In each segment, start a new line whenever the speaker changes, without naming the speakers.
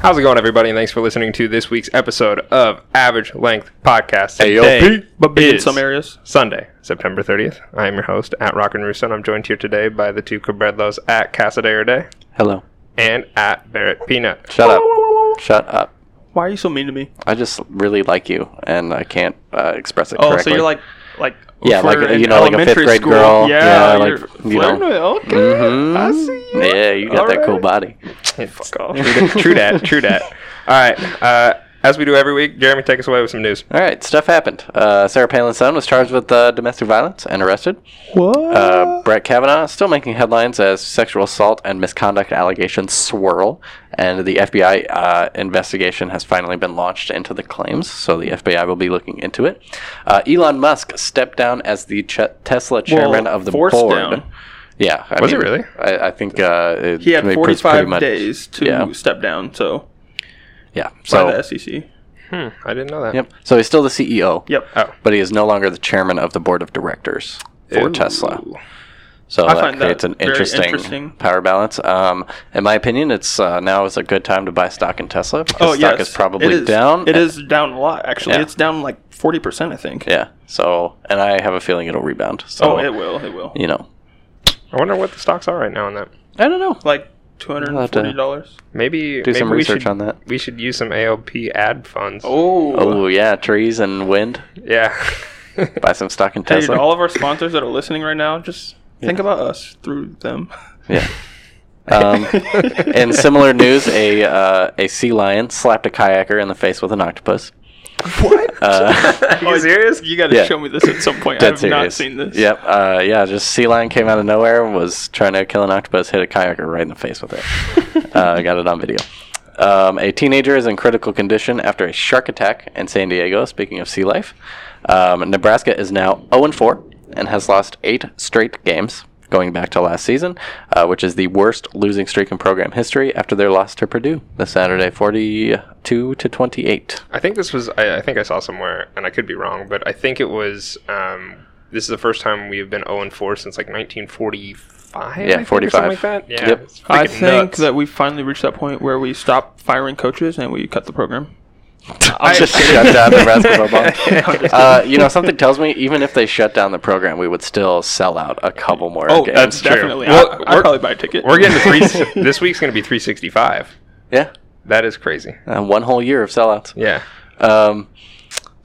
How's it going, everybody? And thanks for listening to this week's episode of Average Length Podcast.
ALP,
Today
but big in
is
some areas.
Sunday, September 30th. I am your host at Rock and Russo, and I'm joined here today by the two Cabredlos at Casadero Day
Hello.
and at Barrett Peanut.
Shut up. Shut up.
Why are you so mean to me?
I just really like you, and I can't uh, express it
Oh,
correctly.
so you're like, like
Yeah,
for
like, uh,
an
you know, like a
elementary
fifth grade
school-
girl.
Yeah,
Yeah,
you're
like,
flirting
you know.
with- okay.
Mhm.
I see. you.
Yeah, you got that
Alright.
cool body.
Fuck off.
True dat, true dat, true dat. All right. Uh, as we do every week, Jeremy, take us away with some news.
All right, stuff happened. Uh, Sarah Palin's son was charged with uh, domestic violence and arrested.
What?
Uh, Brett Kavanaugh is still making headlines as sexual assault and misconduct allegations swirl, and the FBI uh, investigation has finally been launched into the claims. So the FBI will be looking into it. Uh, Elon Musk stepped down as the ch- Tesla chairman of the
forced
board.
down.
Yeah, I
Was he really?
I, I think uh, it
he had
pretty- pretty
45
much-
days to
yeah.
step down. So
Yeah,
by the E
so
SEC.
Hmm, I didn't know that.
yep, so he's still the CEO.
Yep.
Oh.
but he is no longer the chairman of the board of directors for
Ooh.
Tesla. So
I
that
find that
creates an
very
interesting,
interesting.
power balance. Um, in my opinion, it's uh, now is a good time to buy stock in Tesla because
Oh,
stock
yes.
is probably
it is,
down.
It is down a lot, actually.
Yeah.
It's down like 40%, I think.
Yeah. So, and I have a feeling it'll rebound. So,
Oh, it will. It will.
you know,
I wonder what the stocks are right now on that.
I don't know.
Like
I'll have to
$240.
Maybe
Do
maybe
some
we
research
should,
on that.
We should use some ALP ad funds.
Oh.
Oh yeah, trees and wind.
Yeah.
Buy some stock in
Hey,
Tesla.
all of our sponsors that are listening right now, just think about us through them.
yeah. Um, in similar news, a uh, a sea lion slapped a kayaker in the face with an octopus.
What?
Uh,
Are you serious?
You got to
Yeah.
show me this at some point. I
Dead
have not
serious.
seen this.
Yep. Uh, yeah, just sea lion came out of nowhere and was trying to kill an octopus, hit a kayaker right in the face with it. uh, I got it on video. Um, a teenager is in critical condition after a shark attack in San Diego. Speaking of sea life, um, Nebraska is now 0 4 and has lost eight straight games going back to last season, uh, which is the worst losing streak in program history after their loss to Purdue this Saturday, 42 to 28.
I think this was. I, I think I saw somewhere, and I could be wrong, but I think it was. Um, this is the first time we have been 0 4 since like 1945. I think, or
45.
Something like that. Yeah.
Yep.
it's
I
freaking
think
nuts.
that we finally reached that point where we stop firing coaches and we cut the program.
i just shut down Nebraska football. uh, you know, something tells me even if they shut down the program, we would still sell out a couple more
Oh,
games.
that's true.
definitely.
Well,
I,
we're-
I'd probably buy a ticket.
we're getting to three. this week's going to be 365.
yeah,
That is crazy.
uh, one whole year of sellouts.
Yeah.
Um,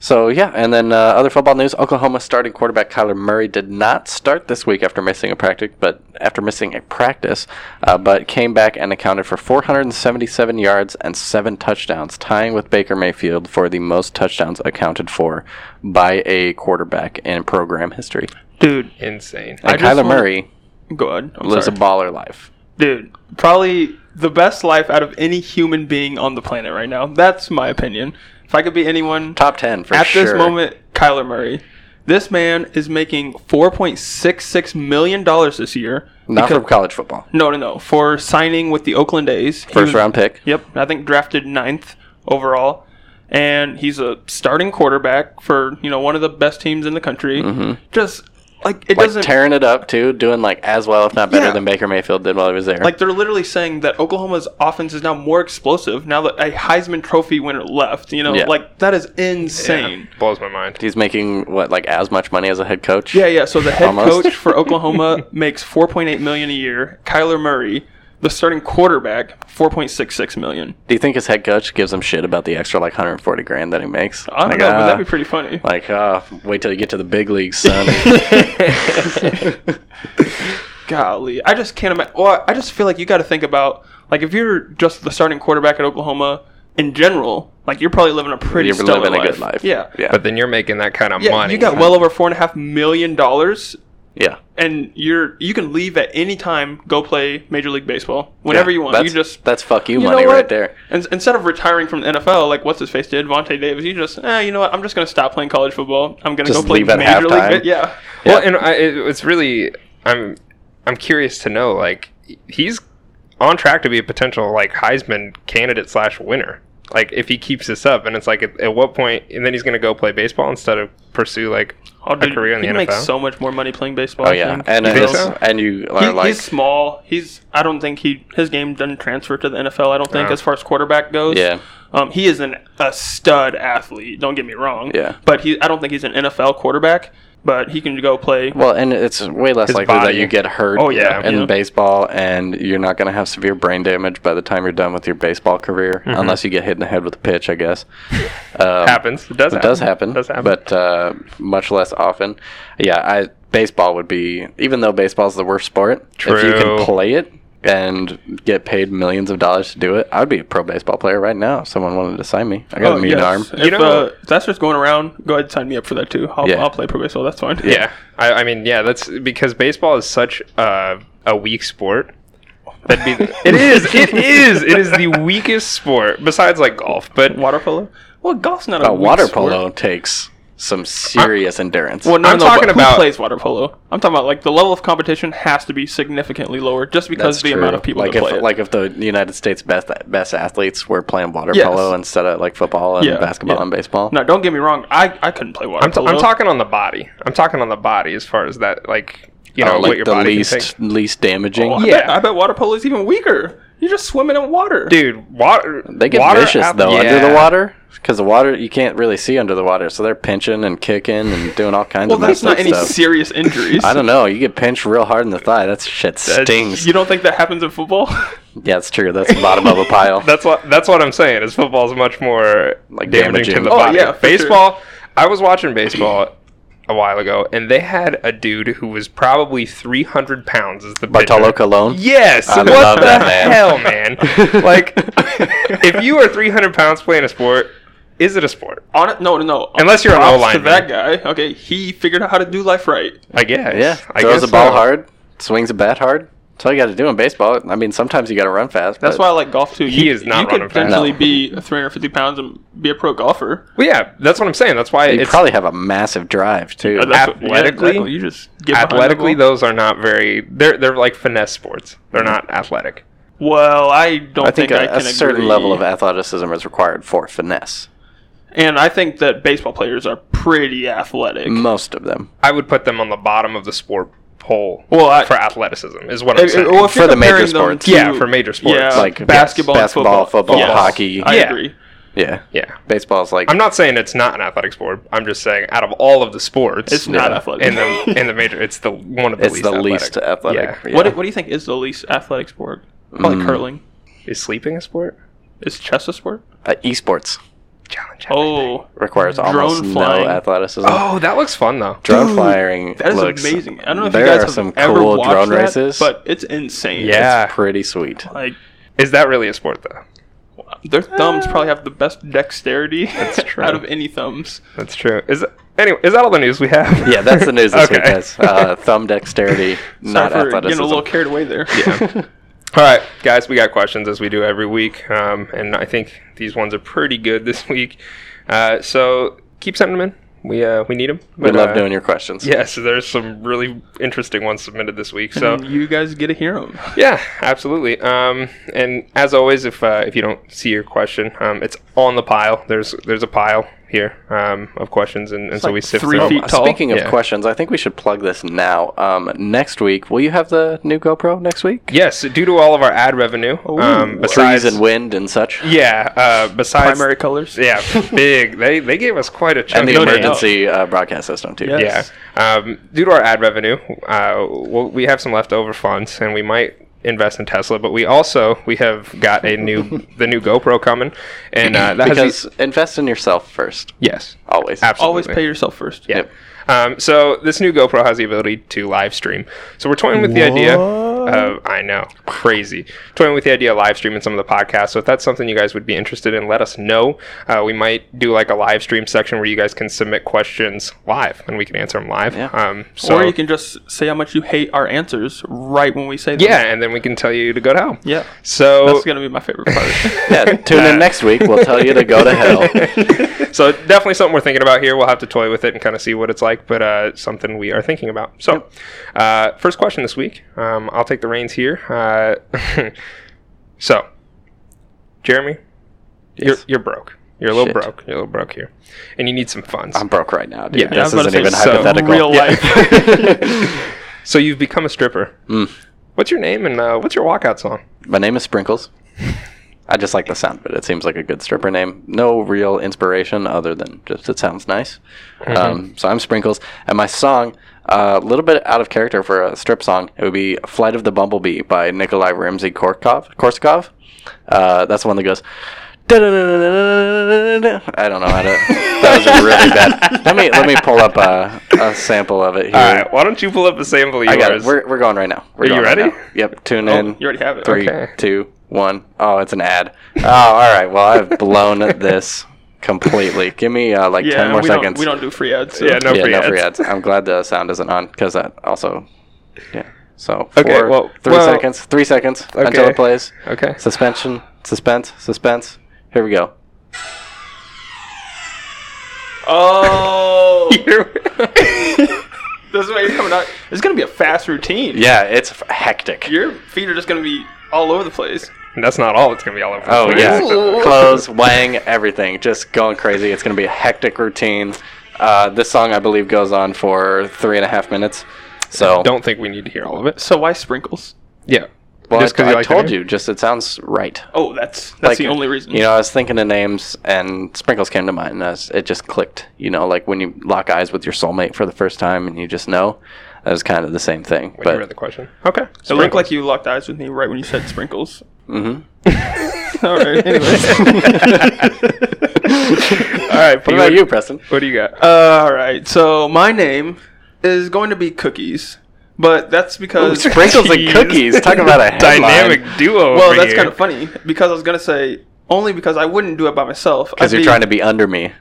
so yeah, and then uh, other football news: Oklahoma starting quarterback Kyler Murray did not start this week after missing a practice, but after missing a practice, uh, but came back and accounted for 477 yards and seven touchdowns, tying with Baker Mayfield for the most touchdowns accounted for by a quarterback in program history.
Dude,
Insane.
And
just
Kyler
wanna-
Murray
go on. I'm
lives
sorry.
a baller life.
Dude, probably the best life out of any human being on the planet right now. That's my opinion. If I could be anyone
Top ten for
at
sure.
this moment, Kyler Murray. This man is making $4.66 million this year.
not
because-
from college football.
No, no, no. For signing with the Oakland A's. He
First
was-
round pick.
Yep, I think drafted ninth overall, and he's a starting quarterback for you know one of the best teams in the country. Just like it
Mm-hmm. Like
doesn't
tearing it up too, doing like as well, if not better
Yeah.
than Baker Mayfield did while he was there.
like they're literally saying that Oklahoma's offense is now more explosive now that a Heisman Trophy winner left. You know,
Yeah.
like that is
Yeah,
insane.
blows my mind.
He's making what like as much money as a head coach.
Yeah, yeah. So the head
Almost.
coach for Oklahoma makes four point eight million a year. Kyler Murray, the starting quarterback, four point six six million.
Do you think his head coach gives him shit about the extra like 140 grand that he makes?
I don't
like,
know, but
ah,
that'd be pretty funny.
like, ah, wait till you get to the big leagues, son.
Golly, I just can't imagine. Well, I just feel like you got to think about like if you're just the starting quarterback at Oklahoma in general, like you're probably living a pretty
You're
stellar
living a
life.
good life.
Yeah,
yeah,
But then you're making that kind of
yeah.
money.
You got well over four and a half million dollars,
yeah.
and you're you can leave at any time. Go play Major League Baseball whenever
Yeah,
you want. You
That's,
just
that's fuck you,
you
money
know what?
right there.
In- instead of retiring from the NFL, like what's his face did, Vontae Davis, you just, eh, you know what? I'm just gonna stop playing college football. I'm gonna
Just
go play
leave at
Major League.
halftime.
Ba- Yeah.
Well,
Yeah.
and I, it, it's really I'm I'm curious to know like he's on track to be a potential like Heisman candidate slash winner. Like if he keeps this up, and it's like at, at what point, and then he's gonna go play baseball instead of pursue like
Oh, dude,
career in the
he makes
NFL?
so much more money playing baseball.
Oh
I
yeah,
think.
and
You
it
think
is-
so?
and you are
He-
like
he's small. He's. I don't think he his game doesn't transfer to the NFL. I don't think
No.
as far as quarterback goes.
Yeah.
Um, he is an, a stud athlete. Don't get me wrong.
Yeah.
But he. I don't think he's an NFL quarterback. But he can go play.
well, and it's way less
His
likely that
body.
you get hurt
Oh, yeah.
in
Yeah.
baseball, and you're not going to have severe brain damage by the time you're done with your baseball career,
Mm-hmm.
unless you get hit in the head with a pitch, I guess. Um,
happens. It does.
It
happen.
does happen,
Does happen.
but uh, much less often. Yeah, I baseball would be even though baseball's the worst sport. If you
True.
can play it and get paid millions of dollars to do it, I would be a pro baseball player right now. If someone wanted to sign me, I got a mean
Oh, yes.
arm.
If,
You know-
uh, if that's just going around. Go ahead, and sign me up for that too. I'll,
Yeah.
I'll play pro baseball. That's fine.
Yeah, I, I mean, yeah, that's because baseball is such uh, a weak sport. That'd be. it is. It is. It is the weakest sport besides like golf. But
Water polo. Well, golf's not a
But
weak
water
sport.
polo takes some serious endurance.
Well, no,
I'm
no,
talking
but who
about-
plays water polo. I'm talking about like the level of competition has to be significantly lower just because the amount of people
like
that
if
play it.
like if the United States best best athletes were playing water
Yes.
polo instead of like football and
Yeah,
basketball
yeah.
and baseball.
No, don't get me wrong. I, I couldn't play water
I'm, t-
polo.
I'm talking on the body. I'm talking on the body as far as that, like you
Oh,
know,
like
what your
the
body can
least
take.
least damaging.
I
Yeah.
bet, I bet water polo is even weaker. You're just swimming in water.
Dude, water.
They get
water
vicious
ath-
though under
Yeah.
the water because the water you can't really see under the water, so they're pinching and kicking and doing all kinds
well,
of
that's
messed
not
up
any
stuff.
serious injuries.
I don't know. You get pinched real hard in the thigh. That shit stings.
You don't think that happens in football?
yeah, it's true. That's the bottom of a pile.
That's what that's what I'm saying. Is football is much more
Like
like damaging,
damaging.
to the
Oh,
body.
yeah, for sure.
baseball. I was watching baseball a while ago, and they had a dude who was probably 300 pounds as the
Bartolo
pitcher.
Colon.
Yes,
I
what
love
the
that man.
hell, man! like, if you are 300 pounds playing a sport, is it a sport?
On it? No, no, no.
Unless you're an
Props
O-lineman.
to that guy. Okay, he figured out how to do life right.
I guess.
Yeah,
I
throws
guess
a ball
so.
hard, swings a bat hard. That's all you got to do in baseball. I mean, sometimes you got to run fast.
That's
but-
why I like golf too.
He
you,
is not
You could
running fast.
potentially
No.
be 350 pounds and be a pro golfer.
Well, yeah, that's what I'm saying. That's why
You
it's
probably have a massive drive too.
Uh, that's what- yeah,
Athletically-
exactly. you just get behind the
athletically
ball.
those are not very. They're they're like finesse sports. They're not athletic.
Well, I don't
I think,
I
a,
can
a certain
agree.
level of athleticism is required for finesse.
and I think that baseball players are pretty athletic.
Most of them.
I would put them on the bottom of the sport poll
Well, I-
for athleticism. Is what I'm
If-
saying.
well, if
For
you're
the major
comparing them
sports.
to-
Yeah, for major sports.
yeah,
Like, yes,
Uh, basketball, and
basketball, football, hockey.
I
Yeah.
agree.
Yeah.
yeah,
Baseball's like
I'm not saying it's not an athletic sport. I'm just saying out of all of the sports,
It's not
Yeah.
athletic.
in the in the major, it's the one of the
it's
least.
the
athletic.
least athletic.
Yeah.
yeah. Mm.
What, do, what do you think is the least athletic sport? Probably curling.
Is sleeping a sport?
Is chess a sport?
Uh, esports
Challenge. everything.
Oh,
requires
Drone
almost
flying.
no athleticism.
oh, that looks fun though.
drone
Dude,
flying
that is
looks,
amazing. I don't know if
there
you guys
are
have
some
ever
cool
watched
drone
that,
races.
but ah. it's insane.
Yeah.
pretty sweet.
like
Is that really a sport though?
their
Ah.
thumbs probably have the best dexterity
true.
out of any thumbs.
That's true. Is that, anyway? Is that all the news we have?
Yeah, that's the news this week,
Okay.
guys. Uh, thumb dexterity,
Sorry
not
for getting
athleticism.
a little carried away there.
All right, guys, we got questions as we do every week, um, and I think these ones are pretty good this week. Uh, so keep sending them in. We uh, we need them.
we love doing your questions.
Yeah, so there's some really interesting ones submitted this week. So
And you guys get to hear them.
yeah, absolutely. Um, and as always, if uh, if you don't see your question, um, it's on the pile. There's there's a pile here um, of questions, and, and so we
like
sift
three
through 'em.
feet tall.
Oh, Speaking of
Yeah.
questions, I think we should plug this now. Um, next week, will you have the new GoPro next week?
Yes, due to all of our ad revenue, um,
Trees
besides
and wind and such.
yeah, uh, besides
Primary colors.
Yeah, big. They they gave us quite a
And
chunk.
the
of money.
emergency uh, broadcast system too.
Yeah.
Yeah. Um, due to our ad revenue, uh, we'll, we have some leftover funds, and we might invest in Tesla. But we also we have got a new the new GoPro coming, and uh, that has
Because invest in yourself first,
the- yes,
always.
absolutely.
Always pay yourself first.
Yeah.
Yep.
Um, so this new GoPro has the ability to live stream. So we're toying with the idea. Of, I know, crazy. Toying with the idea of live streaming some of the podcasts. So if that's something you guys would be interested in, let us know. Uh, we might do like a live stream section where you guys can submit questions live, and we can answer them live.
Yeah.
Um, so
or you can just say how much you hate our answers right when we say them.
yeah, and then we can tell you to go to hell.
Yeah.
So
That's going to be my favorite part.
Yeah, tune in next week. We'll tell you to go to hell.
so definitely something we're thinking about here. We'll have to toy with it and kind of see what it's like, but uh, something we are thinking about. So, uh, first question this week. Um, I'll take the reins here. Uh, so, Jeremy, You're,
Yes.
you're broke. You're a little
Shit.
broke. You're a little broke here, and you need some funds.
I'm broke right now, dude.
Yeah,
this
I was about
isn't
to
even
say,
so
hypothetical.
real
Yeah.
life.
so you've become a stripper.
Mm.
What's your name and uh, what's your walkout song?
My name is Sprinkles. I just like the sound of it. It seems like a good stripper name. No real inspiration other than just it sounds nice. Um, so I'm Sprinkles, and my song, a little bit out of character for a strip song, it would be "Flight of the Bumblebee" by Nikolai Rimsky Korkov. Korsikov. Uh, that's the one that goes. "Da-da-da-da-da-da-da-da-da." I don't know how to. That was really bad. Let me let me pull up a, a sample of it here.
All right, why don't you pull up a sample of
I got it.
yours?
We're, we're going right now.
Are
We're
you
going right
ready?
now. Yep. Tune
Oh,
in.
you already have it.
Three, two, one.
Okay.
Oh, it's an ad. Oh, all right. Well, I've blown this completely. Give me uh, like
Yeah,
ten more
we
seconds.
Don't, we don't do free ads. so-
Yeah, no
yeah,
free
no
ads.
free ads. I'm glad the sound isn't on because that also. Yeah. So
Okay,
four,
well-
three
well-
seconds. Three seconds until
Okay.
it plays.
Okay.
Suspension. Suspense. Suspense. Here we go.
Oh,
You're-
this is why you're coming out. It's gonna be a fast routine.
Yeah, it's f- hectic.
Your feet are just gonna be all over the place.
That's not all. It's gonna be all over. the
Oh
place.
yeah,
Ooh.
clothes, wang, everything, just going crazy. It's gonna be a hectic routine. Uh, this song, I believe, goes on for three and a half minutes. So
Don't think we need to hear all of it.
So why sprinkles?
Yeah.
Well,
Just 'cause
I, I
like the
told
name?
you, just it sounds right.
Oh, that's that's
Like,
the only reason.
You know, I was thinking of names, and Sprinkles came to mind, and I was- it just clicked. You know, like when you lock eyes with your soulmate for the first time, and you just know. That was kind of the same thing.
When you read
but
the question. Okay.
it looked like you locked eyes with me right when you said sprinkles.
Mhm.
all right. Anyway.
all right.
what about you, Preston?
What do you Uh, got?
all right. Uh, So my name is going to be Cookies, but that's because
Sprinkles and cookies. Talk about a headline.
dynamic duo.
Well, that's kind of funny because I was gonna say only because I wouldn't do it by myself.
Because you're trying to be under me.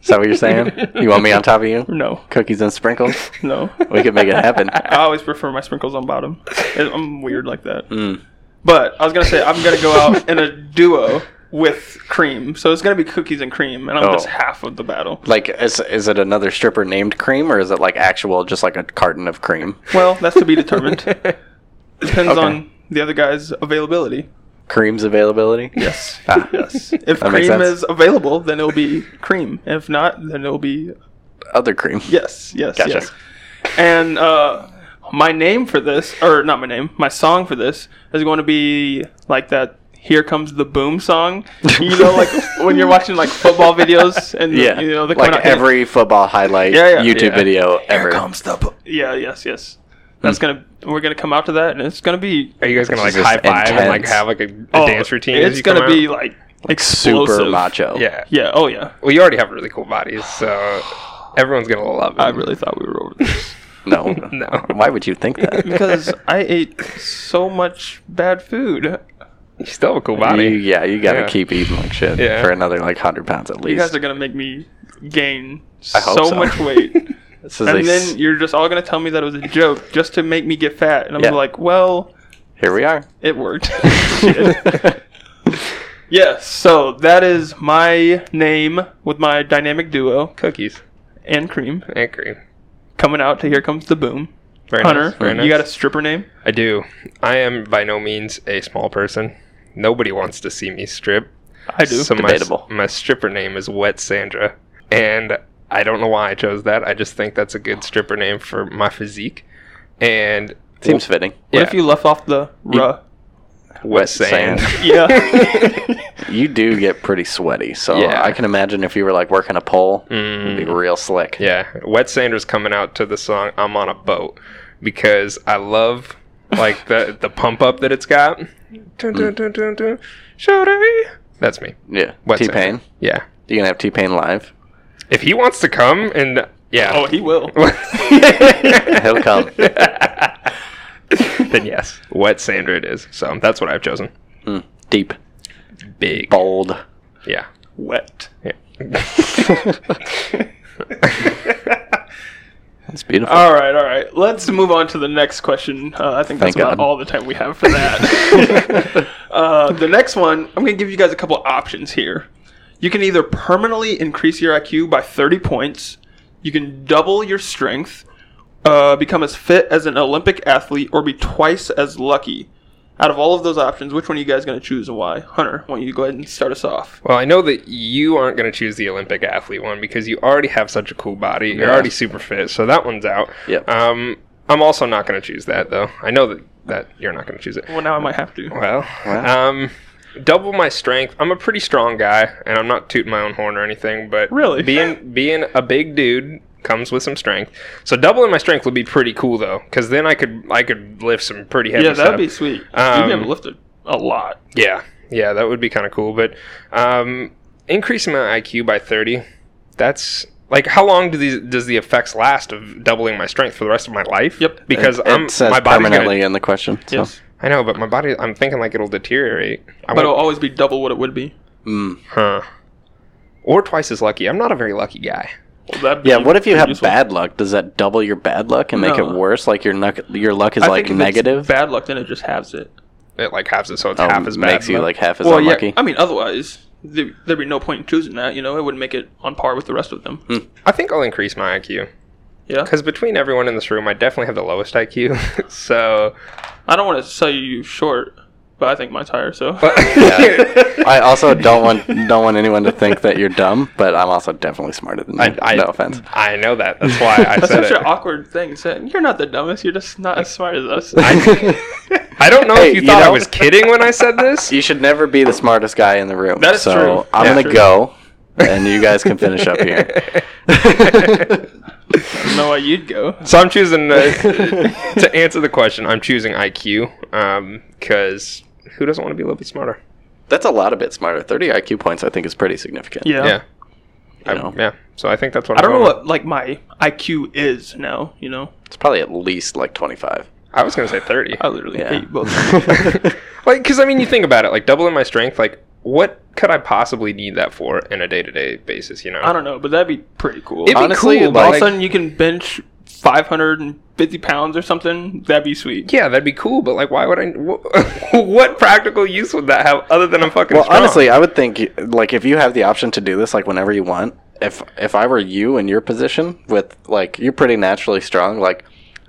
Is that what you're saying? You want me on top of you?
No,
Cookies and sprinkles?
no.
We could make it happen.
I always prefer my sprinkles on bottom. I'm weird like that.
Hmm.
But I was gonna say I'm gonna go out in a duo with cream, so it's gonna be cookies and cream, and I'm
Oh.
just half of the battle.
Like, is, is it another stripper named Cream, or is it like actual, just like a carton of cream?
Well, that's to be determined. Depends
Okay.
on the other guy's availability.
Cream's availability?
Yes.
Ah.
Yes. If
That makes
cream
sense.
is available, then it'll be cream. If not, then it'll be
Other cream.
yes, yes,
Gotcha.
yes. And uh, my name for this, or not my name, my song for this is going to be like that. Here comes the boom song. You know, like when you're watching like football videos and
Yeah.
you know the
like every football highlight
Yeah, yeah.
YouTube
Yeah.
video ever.
the bo- yeah yes yes. That's gonna we're gonna come out to that and it's gonna be
Are you guys gonna like
This is
high five and like
intense.
have like a, a
oh,
dance routine? as
It's
you come
gonna be
out?
like
Super
explosive.
macho.
yeah.
Yeah. Oh yeah.
Well, you already have really cool bodies, so everyone's gonna love it.
I really thought we were over this
No.
No.
Why would you think that?
because I ate so much bad food.
You still have a cool
You,
body.
yeah, you gotta
Yeah.
keep eating like shit
Yeah.
for another like 100 pounds at
You
least.
guys are gonna make me gain
I hope
so,
so.
much weight,
This is a
and
s-
then you're just all gonna tell me that it was a joke just to make me get fat, and I'm
Yeah.
like, well,
here we are.
it worked. yes. So that is my name with my dynamic duo
Cookies
and cream
and cream.
coming out to here comes the boom.
Very
Hunter,
nice. Very nice.
you got a stripper name?
I do. I am by no means a small person. Nobody wants to see me strip.
I do.
So my,
Debatable.
my stripper name is Wet Sandra, and I don't know why I chose that. I just think that's a good stripper name for my physique. And
Seems fitting.
what
yeah,
if you left off the ruh?
Wet Sand.
Sand.
Yeah.
You do get pretty sweaty, so
Yeah.
I can imagine if you were like working a pole, it'd be real slick.
Yeah, Wet Sandra's coming out to the song "I'm on a Boat" because I love like the the pump up that it's got. Dun, dun, dun, dun, dun. Shawty. That's me.
Yeah,
Wet
T
Sandra.
Pain.
Yeah,
You gonna have T Pain live?
if he wants to come and yeah,
oh, he will.
He'll come.
then yes, Wet Sandra it is. So that's what I've chosen.
Mm, Deep,
Big.
bold.
Yeah.
Wet.
Yeah.
That's beautiful.
All right, all right. Let's move on to the next question. Uh, I think that's
Thank
about
God.
all the time we have for that. uh, the next one, I'm going to give you guys a couple options here. You can either permanently increase your IQ by 30 points, you can double your strength, uh, become as fit as an Olympic athlete, or be twice as lucky. Out of all of those options, which one are you guys going to choose and why? Hunter, why don't you go ahead and start us off?
Well, I know that you aren't going to choose the Olympic athlete one because you already have such a cool body. You're
Yeah.
already super fit, so that one's out.
Yep.
Um, I'm also not going to choose that though. I know that that you're not going to choose it.
Well, now I might have to.
Well,
Wow.
um, double my strength. I'm a pretty strong guy, and I'm not tooting my own horn or anything, but
Really?
being being a big dude comes with some strength. So doubling my strength would be pretty cool though, because then I could I could lift some pretty heavy
Yeah,
stuff.
that'd be sweet.
Um,
You'd be able to lift a, a lot.
Yeah, yeah, that would be kind of cool. But um, increasing my IQ by thirty, that's like how long do these does the effects last of doubling my strength for the rest of my life?
Yep.
because
it,
I'm
it says
my body's
permanently
Gonna,
in the question. So.
Yes.
I know, but my body. I'm thinking like it'll deteriorate. I
But it'll
won't-
always be double what it would be.
Mm.
huh. Or twice as lucky. I'm not a very lucky guy.
Well, that'd be
Yeah. What if you
pretty
have
useful.
bad luck? Does that double your bad luck and make
No.
it worse? Like your nuck, your luck is
I
like
think if it's
negative.
bad luck, then it just halves it.
It like halves it, so it's
Oh,
half as bad.
makes you
but-
like half as
well,
unlucky.
yeah. I mean, otherwise, there- there'd be no point in choosing that. You know, it wouldn't make it on par with the rest of them.
I think I'll increase my IQ
Yeah.
because between everyone in this room, I definitely have the lowest IQ. so
I don't want to sell you short, but I think mine's higher. So
I also don't want don't want anyone to think that you're dumb, but I'm also definitely smarter than you.
I, I,
no offense.
I know that. That's why I
that's
said
such
it.
an awkward thing. Saying you're not the dumbest, you're just not as smart as us.
I don't know
Hey,
if you,
you
thought I
know-
was kidding when I said this.
you should never be the smartest guy in the room.
That is
so
true.
I'm
Yeah,
gonna
true.
go, and you guys can finish up here.
don't know why you'd go.
so I'm choosing uh, to answer the question. I'm choosing IQ because who doesn't want to be a little bit smarter?
That's a lot of bit smarter. 30 IQ points, I think, is pretty significant.
Yeah.
Yeah, I,
know.
yeah. So I think that's what
I don't know
going
what like my IQ is now. You know,
It's probably at least like 25.
with. I was gonna say thirty.
I literally
Yeah.
hate you both.
Like, because I mean, you think about it. Like doubling my strength. Like, what could I possibly need that for in a day to day basis? You know.
I don't know, but that'd be pretty cool.
It'd be
Honestly,
cool. but,
like-
All of
like-
a sudden, you can bench 550 pounds or something. That'd be sweet.
yeah, that'd be cool. But like, why would I? wh- what practical use would that have other than I'm fucking?
Well,
strong?
honestly, I would think y- like if you have the option to do this like whenever you want. If if I were you in your position with like you're pretty naturally strong, like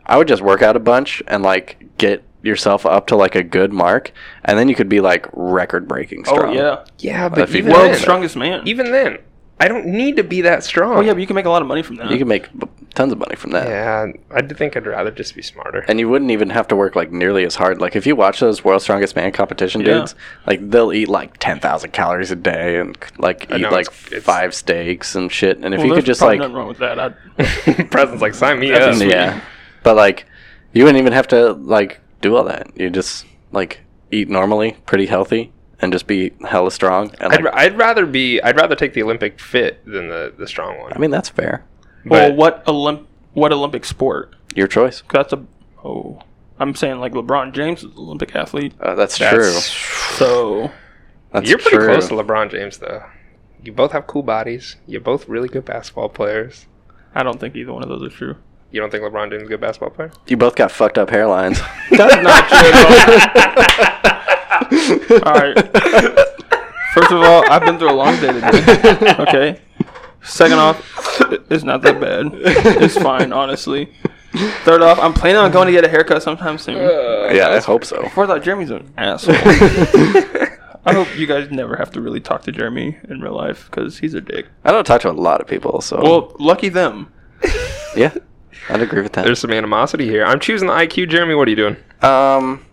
I would just work out a bunch and like get yourself up to like a good mark, and then you could be like record breaking strong.
Oh yeah,
yeah, but
if you
even
could.
then,
world's strongest man.
even then, I don't need to be that strong.
oh yeah, but you can make a lot of money from that.
you could make b- tons of money from that.
Yeah, I d- think I'd rather just be smarter.
And you wouldn't even have to work like nearly as hard. Like if you watch those World's Strongest Man competition
Yeah.
dudes, like they'll eat like ten thousand calories a day and like eat
know,
like
it's- it's-
five steaks and shit. And if
Well,
you could
there's
just
probably
like
nothing wrong with that. I'd,
Presents like sign me up.
That's sweet.
Um, Yeah. But like you wouldn't even have to like do all that. You just like eat normally, pretty healthy, and just be hella strong. And
I'd,
like,
ra- I'd rather be. I'd rather take the Olympic fit than the, the strong one.
I mean that's fair.
well,
But-
what Olymp what Olympic sport?
Your choice.
'Cause That's a oh, I'm saying like LeBron James is an Olympic athlete.
Uh, that's, true.
That's-
So
That's
You're pretty
true.
close to LeBron James, though. You both have cool bodies. You're both really good basketball players.
I don't think either one of those are true.
You don't think LeBron James is a good basketball player?
You both got fucked up hairlines.
That's not true at all. all right. First of all, I've been through a long day today. Okay. Second off, it's not that bad. It's fine, honestly. Third off, I'm planning on going to get a haircut sometime soon.
yeah, I hope so.
Fourth off, Jeremy's an asshole. I hope you guys never have to really talk to Jeremy in real life because he's a dick. Um,
I don't talk to a lot of people, so
Well, lucky them.
yeah. I'd agree with that.
There's some animosity here. I'm choosing the IQ, Jeremy. What are you doing?
Um,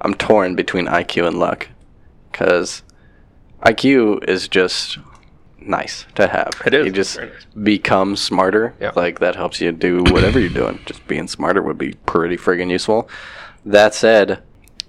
I'm torn between IQ and luck, because IQ is just nice to have.
It is.
You just
Very nice.
become smarter.
Yeah.
Like that helps you do whatever you're doing. Just being smarter would be pretty friggin' useful. That said,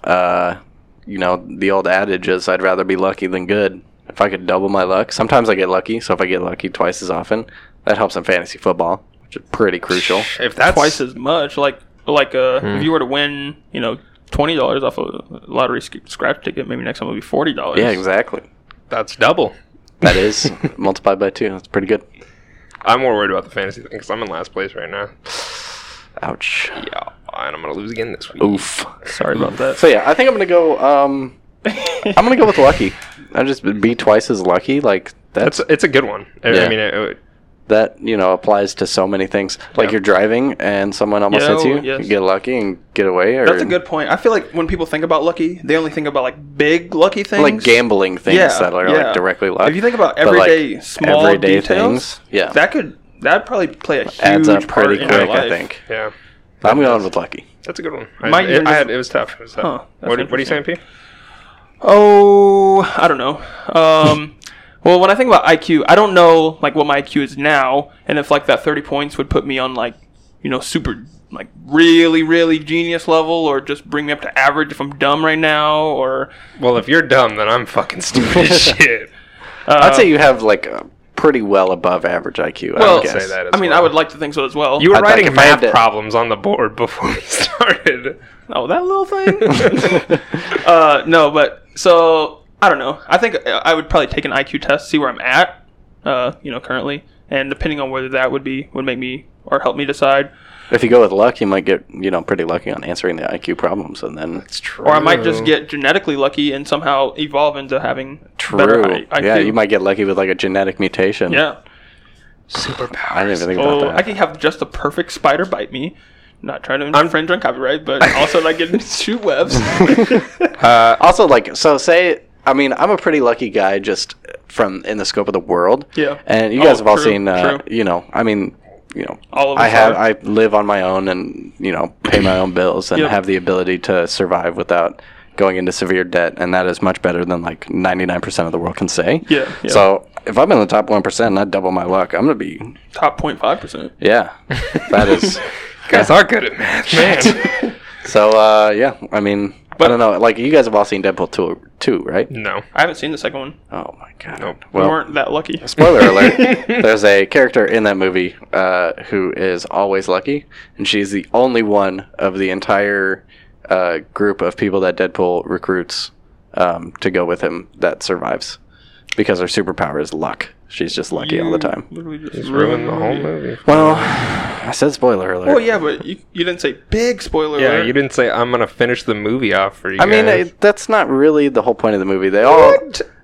uh, you know the old adage is I'd rather be lucky than good. If I could double my luck, sometimes I get lucky. So if I get lucky twice as often, that helps in fantasy football, which is pretty crucial.
If that's
Twice as much. Like, like uh,
Hmm.
if you were to win, you know, twenty dollars off a lottery sc- scratch ticket, maybe next time it'll be forty dollars.
Yeah, exactly.
that's double.
That is multiplied by two. That's pretty good.
I'm more worried about the fantasy thing because I'm in last place right now.
Ouch.
Yeah, and I'm gonna lose again this week.
Oof.
Sorry about that.
So yeah, I think I'm gonna go. Um, I'm gonna go with lucky. I just be twice as lucky. Like that's
It's it's a good one. I, I
Yeah.
mean, it, it,
that you know applies to so many things. Like
Yeah.
you're driving and someone almost
Yeah,
hits
oh,
you,
yes.
you get lucky and get away. Or
That's a good point. I feel like when people think about lucky, they only think about like big lucky things,
like gambling things that are
yeah.
like directly luck.
If you think about
But, like,
everyday small
everyday
details,
things, yeah,
that could that probably play a huge
adds up
part
pretty
in our
quick. I
life.
think
Yeah,
I'm going with lucky.
that's a good one.
My
I,
year
it, I had,
doesn't-
it was tough. It was tough.
Huh, that's
what, do- what are you saying, P?
Oh, I don't know. Um, well, when I think about IQ, I don't know like what my IQ is now, and if like that thirty points would put me on like you know super like really really genius level, or just bring me up to average if I'm dumb right now, or
Well, if you're dumb, then I'm fucking stupid as shit.
uh,
I'd say you have like a pretty well above average IQ. I
Well,
would guess.
Say that as
I mean,
well.
I would like to think so as well.
You were
I'd like
writing
if I had
math
to-
problems on the board before we started.
oh that little thing. uh, no, but so I don't know. I think I I would probably take an IQ test, see where I'm at, uh, you know, currently, and depending on whether that would be would make me or help me decide.
If you go with luck, you might get you know pretty lucky on answering the IQ problems, and then
It's true.
Or I might just get genetically lucky and somehow evolve into having better
true.
I- IQ.
Yeah, you might get lucky with like a genetic mutation.
Yeah.
I
superpowers.
didn't even think about
Oh,
that.
I could have just the perfect spider bite me. Not trying to infringe on copyright, but also like getting shoot webs.
Uh, also, like, so say, I mean, I'm a pretty lucky guy just from in the scope of the world.
Yeah.
And you
Oh,
guys have all
true,
seen, uh,
true.
you know, I mean, you know,
All of
I
us
have,
are.
I live on my own and you know, pay my own bills and
Yep.
have the ability to survive without going into severe debt, and that is much better than like 99% of the world can say.
Yeah, yeah.
So if I'm in the top one percent and I double my luck, I'm gonna be,
Top 0.5 percent.
yeah, that is.
You guys are good at math, man.
So uh, yeah, I mean, I don't know. Like you guys have all seen Deadpool two, two right?
no.
I haven't seen the second one.
Oh my god.
Nope.
we
Well,
weren't that lucky.
spoiler alert. There's a character in that movie uh, who is always lucky, and she's the only one of the entire uh, group of people that Deadpool recruits um, to go with him that survives because her superpower is luck. She's just lucky all the time.
Literally just
Ruined the whole movie.
Well, I said spoiler alert.
Oh yeah, but you, you didn't say big spoiler.
Yeah,
alert.
you didn't say I'm gonna finish the movie off for you.
I mean,
guys.
it, that's not really the whole point of the movie. They all.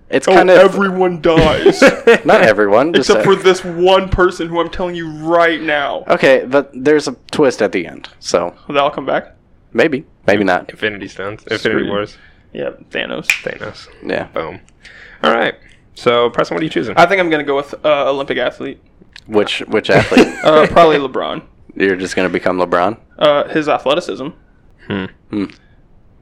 It's kind of
Oh, everyone dies
not everyone, just
except
a-
for this one person who I'm telling you right now.
Okay, but there's a twist at the end, so
That'll come back.
maybe, maybe not.
Infinity Stones, Infinity
you.
Wars,
Yeah, Thanos.
Thanos.
Yeah.
Boom. All right. So, Preston, what are you choosing?
I think I'm gonna go with uh, Olympic athlete.
Which which athlete?
Uh, probably LeBron.
You're just gonna become LeBron?
Uh, his athleticism.
Hmm.
Hmm.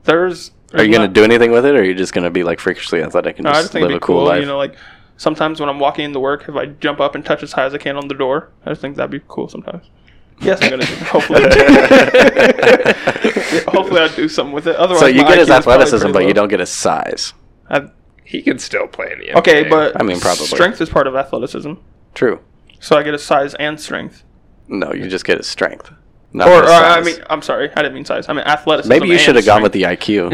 There's.
Are you gonna do anything with it, or are you just gonna be like freakishly athletic and
No, I just
just
think
live a
it'd be
cool,
cool.
life?
You know, like sometimes when I'm walking into work, if I jump up and touch as high as I can on the door, I just think that'd be cool sometimes. Yes, I'm gonna do. Hopefully, Yeah, hopefully I do something with it. Otherwise,
so you
my
get his
IQ is probably
athleticism,
pretty
but
low.
you don't get his size.
I've-
he can still play in the NBA.
okay, but
I mean, probably.
strength is part of athleticism,
True.
so I get a size and strength.
No, you just get his strength. Not
Or,
his
or I
size.
mean, I'm sorry, I didn't mean size. I mean athleticism.
maybe you
and
should have gone
strength.
with the IQ.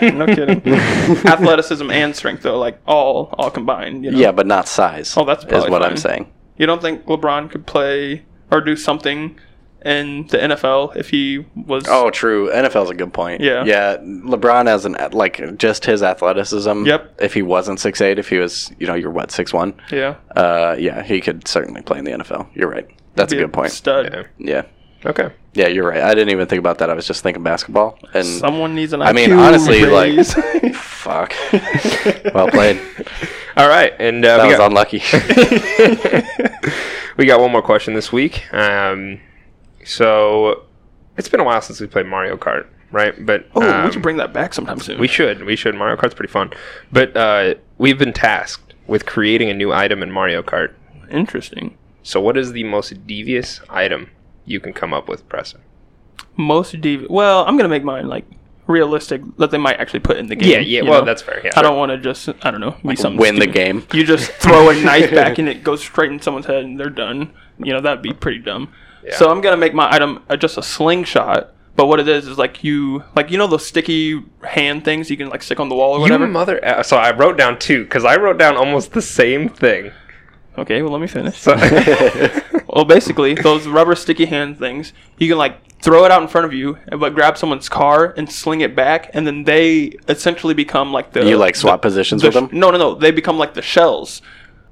Yeah, no kidding. Athleticism and strength, though, like all all combined. You know?
Yeah, but not size.
Oh, that's
is
probably
what I'm
fine.
saying.
You don't think LeBron could play or do something in the NFL if he was?
Oh, true. NFL's a good point.
Yeah.
Yeah. LeBron has an like just his athleticism.
Yep.
If he wasn't six eight, if he was you know you're what six one.
yeah,
Uh, yeah, he could certainly play in the NFL. You're right. That's a
Be
good point.
Stud.
Yeah.
Yeah.
Okay.
Yeah, you're right. I didn't even think about that. I was just thinking basketball. And
Someone needs an IQ.
I mean, honestly, like-
raise.
fuck. well played.
All right, and uh,
That
we
was
got
unlucky.
we got one more question this week. Um, so it's been a while since we played Mario Kart, right? But
oh,
um,
we should bring that back sometime soon.
we should we should Mario Kart's pretty fun. But uh, we've been tasked with creating a new item in Mario Kart.
Interesting.
So, what is the most devious item you can come up with, Preston?
Most dev. Well, I'm gonna make mine like realistic that they might actually put in the game.
Yeah, yeah.
you
Well,
know?
that's fair. Yeah,
I don't want to just. I don't know. Be something
Win the
stupid.
game.
You just throw a knife back and it goes straight in someone's head and they're done. You know, that'd be pretty dumb. So I'm gonna make my item uh, just a slingshot. But what it is is like you, like you know those sticky hand things you can like stick on the wall or
You
whatever.
mother. Uh, so I wrote down two because I wrote down almost the same thing.
okay, well let me finish.
So
Well, basically those rubber sticky hand things you can like throw it out in front of you, but grab someone's car and sling it back, and then they essentially become like the
you like swap positions
the
with them?
sh- No, no, no. They become like the shells,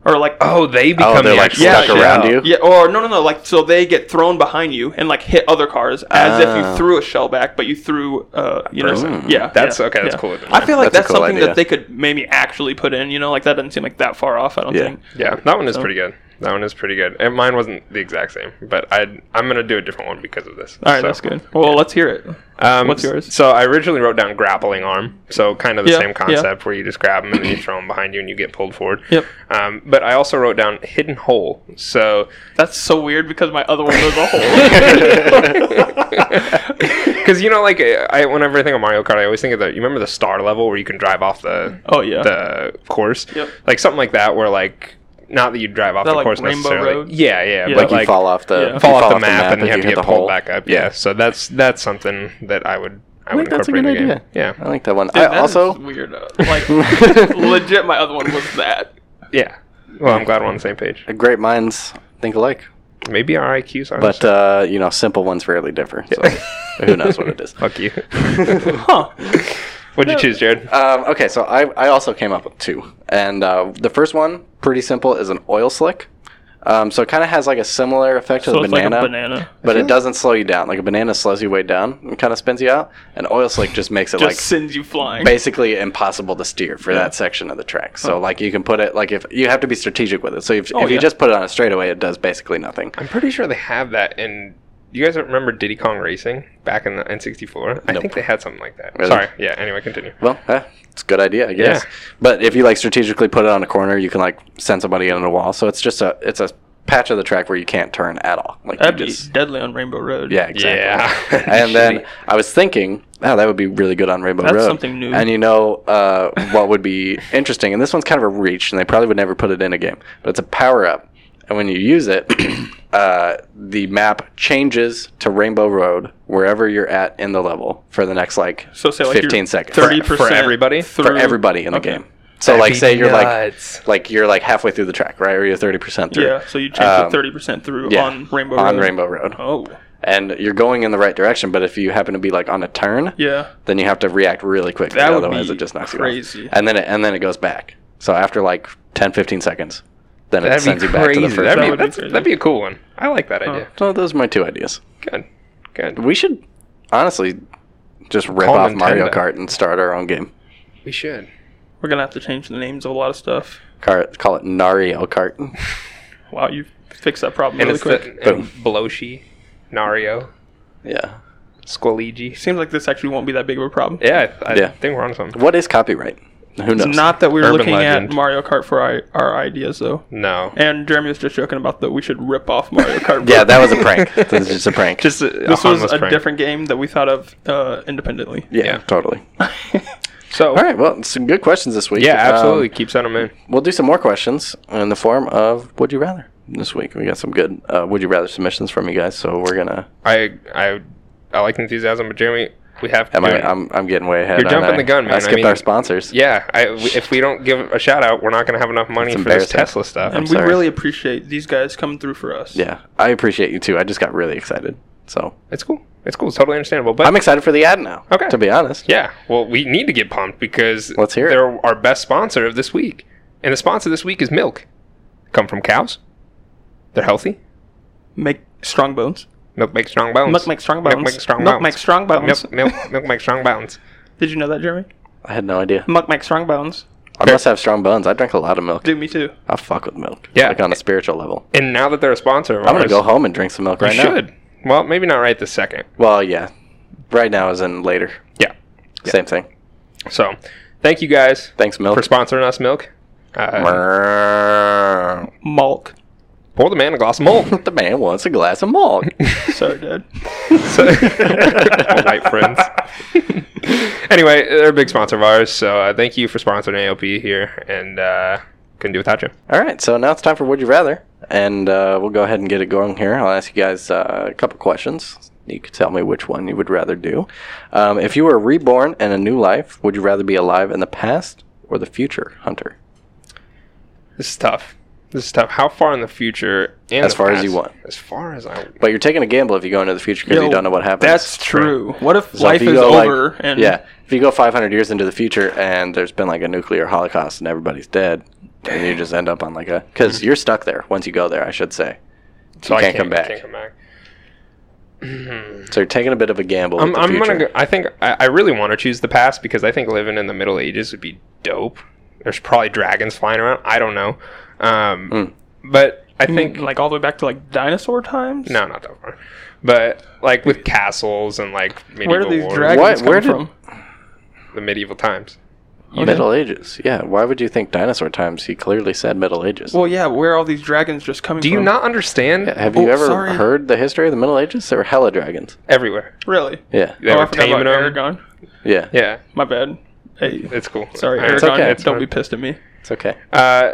or like
Oh, they become
they're
the
like
actual
stuck
shell.
around you?
Yeah, or no, no, no. Like so, they get thrown behind you and like hit other cars as if
Oh.
you threw a shell back, but you threw, uh, you know,
person.
yeah.
That's-
yeah,
okay, that's
yeah.
cooler than
I feel like
That's
that's,
a cool
something
idea.
that they could maybe actually put in. You know, like that doesn't seem like that far off. I don't
Yeah.
think.
Yeah, that one is pretty good. That one is pretty good. And mine wasn't the exact same, but I I'm gonna do a different one because of this.
All right,
So,
that's good. Well, let's hear it.
Um,
What's yours?
So I originally wrote down grappling arm. So kind of the
Yeah,
same
yeah.
concept where you just grab them and then you throw them behind you and you get pulled forward.
Yep.
Um, but I also wrote down hidden hole. So
That's so weird because my other one was a hole.
because you know like I whenever I think of Mario Kart, I always think of the you remember the star level where you can drive off the
oh yeah.
the course,
Yep.
like something like that where like. Not that you drive off
That,
the
like,
course
Rainbow
necessarily.
Road?
Yeah, yeah,
Yeah.
but
Like
like,
you fall off the
yeah.
you
fall off the map, and
if
you have to
hit
get
the
pulled
hole.
back up. Yeah. so that's that's something that I would I,
I
would
think that's a
incorporate
good
in the game.
idea. I
Yeah,
like that one.
Dude, that
I
is
also
weird. uh, Like legit, my other one was that.
yeah. Well, I'm glad we're on the same page.
great minds think alike,
Maybe our IQs are.
but uh, you know, simple ones rarely differ. So who knows what it is?
fuck you.
Huh.
What'd you choose, Jared?
Um, okay, so I, I also came up with two, and uh, the first one, pretty simple, is an oil slick. Um, so it kind of has like a similar effect to
So
the
it's
banana,
like a banana.
but it doesn't slow you down. Like a banana slows you way down and kind of spins you out. An oil slick just makes it
Just
like
sends you flying.
basically impossible to steer for that section of the track. So like you can put it like if you have to be strategic with it. So if, if you
Oh, yeah.
just put it on a straightaway, it does basically nothing.
I'm pretty sure they have that in. You guys remember Diddy Kong Racing back in the N64? I think they had something like that.
Really?
Sorry. Yeah. Anyway, continue.
Well, eh, it's a good idea, I guess.
Yeah.
But if you like strategically put it on a corner, you can like send somebody in a wall. So it's just a it's a patch of the track where you can't turn at all. Like
That'd
you
be
just,
deadly on Rainbow Road.
yeah, exactly.
Yeah.
And then I was thinking, oh, that would be really good on Rainbow
That's
Road.
something new.
And you know uh, what would be interesting? And this one's kind of a reach, and they probably would never put it in a game. But it's a power up, and when you use it, uh, the map changes to Rainbow Road wherever you're at in the level for the next like
So say like you're
fifteen seconds
Thirty
For-
percent
for everybody? For
for everybody in the
Okay.
game. So like, say you're
nuts.
like like you're like halfway through the track, right? Or you're thirty percent through.
Yeah, so you change
Um,
to thirty percent through
yeah,
on Rainbow
on
Road.
Rainbow Road,
Oh,
and you're going in the right direction. But if you happen to be like on a turn,
yeah.
then you have to react really quickly.
That would
otherwise,
be
it just knocks you
crazy.
off. And then it, and then it goes back. So after like 10, 15 seconds, then it
That'd
sends
be
you back to the
crazy.
first.
That'd
That
be,
would be
that's,
crazy.
that'd be a cool one. I like that idea.
So those are my two ideas.
Good. Good.
We should honestly just rip
Call
off Mario
Nintendo.
Kart and start our own game.
We should.
We're gonna have to change the names of a lot of stuff.
Car- call it Nario Kart.
Wow, you fixed that problem
And
really
it's
quick.
the and Beloshi, Nario,
yeah.
Squaligi.
Seems like this actually won't be that big of a problem.
Yeah, I, I
Yeah.
think we're on something.
What is copyright? Who knows?
It's not that we were
Urban
looking
legend.
at Mario Kart for our, our ideas though.
No,
And Jeremy was just joking about that we should rip off Mario Kart.
yeah, that was a prank. this is just a prank.
just a,
this
a
was
harmless
a
prank.
different game that we thought of uh, independently.
yeah,
yeah.
totally.
So
All right. Well, some good questions this week.
yeah,
Um,
absolutely. Keep sending them in.
we'll do some more questions in the form of "Would you rather" this week. We got some good uh, "Would you rather" submissions from you guys, so we're gonna.
I I I like enthusiasm, but Jeremy, we have to.
Am
do
I,
it.
I'm I'm getting way ahead.
You're
aren't
jumping
I?
the gun, man.
I
I
skipped
mean-
our sponsors.
yeah, I, we, if we don't give a shout out, we're not gonna have enough money
It's
for this
embarrassing.
Tesla stuff.
And
I'm
we
sorry.
really appreciate these guys coming through for us.
Yeah, I appreciate you too. I just got really excited, so
It's cool. It's cool. It's totally understandable. But
I'm excited for the ad now.
Okay.
To be honest,
yeah, well, we need to get pumped because
Let's hear it.
they're our best sponsor of this week, and the sponsor this week is milk. Come from cows. They're healthy.
Make strong bones.
Milk makes strong bones.
Milk makes strong
Milk
bones.
makes strong
Milk
bones.
makes strong
Milk,
bones.
milk, milk makes strong bones.
Did you know that, Jeremy?
I had no
Hmm.
idea.
Milk makes strong bones.
I must have strong bones. I drank a lot of milk.
Do me too.
I fuck with milk.
Yeah.
like on a spiritual level.
And now that they're a sponsor, of
I'm gonna
ours,
go home and drink some milk
You
right now.
should. Well, maybe not right this second.
Well, yeah. Right now is in later.
Yeah.
Same thing.
So, thank you guys
Thanks, milk.
for sponsoring us, Milk. Uh,
the
Malk.
pour the man a glass of milk.
man wants a glass of milk.
Sorry, Dad.
so, all right, friends. anyway, they're a big sponsor of ours, so uh, thank you for sponsoring AOP here, and uh, couldn't do without you.
All right, so now it's time for Would You Rather, and uh, we'll go ahead and get it going here. I'll ask you guys uh, a couple questions. You can tell me which one you would rather do. Um, if you were reborn in a new life, would you rather be alive in the past or the future, Hunter?
This is tough. This is tough. How far in the future? And
As
the
far as
past-
you want.
As far as I.
But you're taking a gamble if you go into the future because
Yo,
you don't know what happens.
That's true. What if
So
life
if you
is
go, like-
over and
yeah, if you go 500 years into the future and there's been like a nuclear holocaust and everybody's dead, and you just end up on like a because you're stuck there once you go there, I should say.
So
You
I
can't come
I
back.
can't come back.
So you're taking a bit of a gamble.
I'm,
with the
I'm gonna.
future.
Go, I think I, I really want to choose the past because I think living in the Middle Ages would be dope. There's probably dragons flying around. I don't know. Um,
Hmm.
But I think
Mm, like all the way back to like dinosaur times?
no, not that far. But like with castles and like medieval
Where do these
wars,
dragons
What?
come
Where did-
from?
the medieval times.
Middle Ages. Yeah. Why would you think dinosaur times? He clearly said Middle Ages.
Well, yeah, where are all these dragons just coming
Do
from?
you not understand?
Have you
oh,
ever
sorry.
heard the history of the Middle Ages? There were hella dragons.
Everywhere.
Really?
Yeah.
They
oh, I
were
forgot
taming
about
'em.
Aragon.
Yeah.
Yeah,
My bad. Hey,
it's cool.
sorry,
All right.
Aragon.
okay.
Don't
fine.
be pissed at me.
It's okay.
Uh,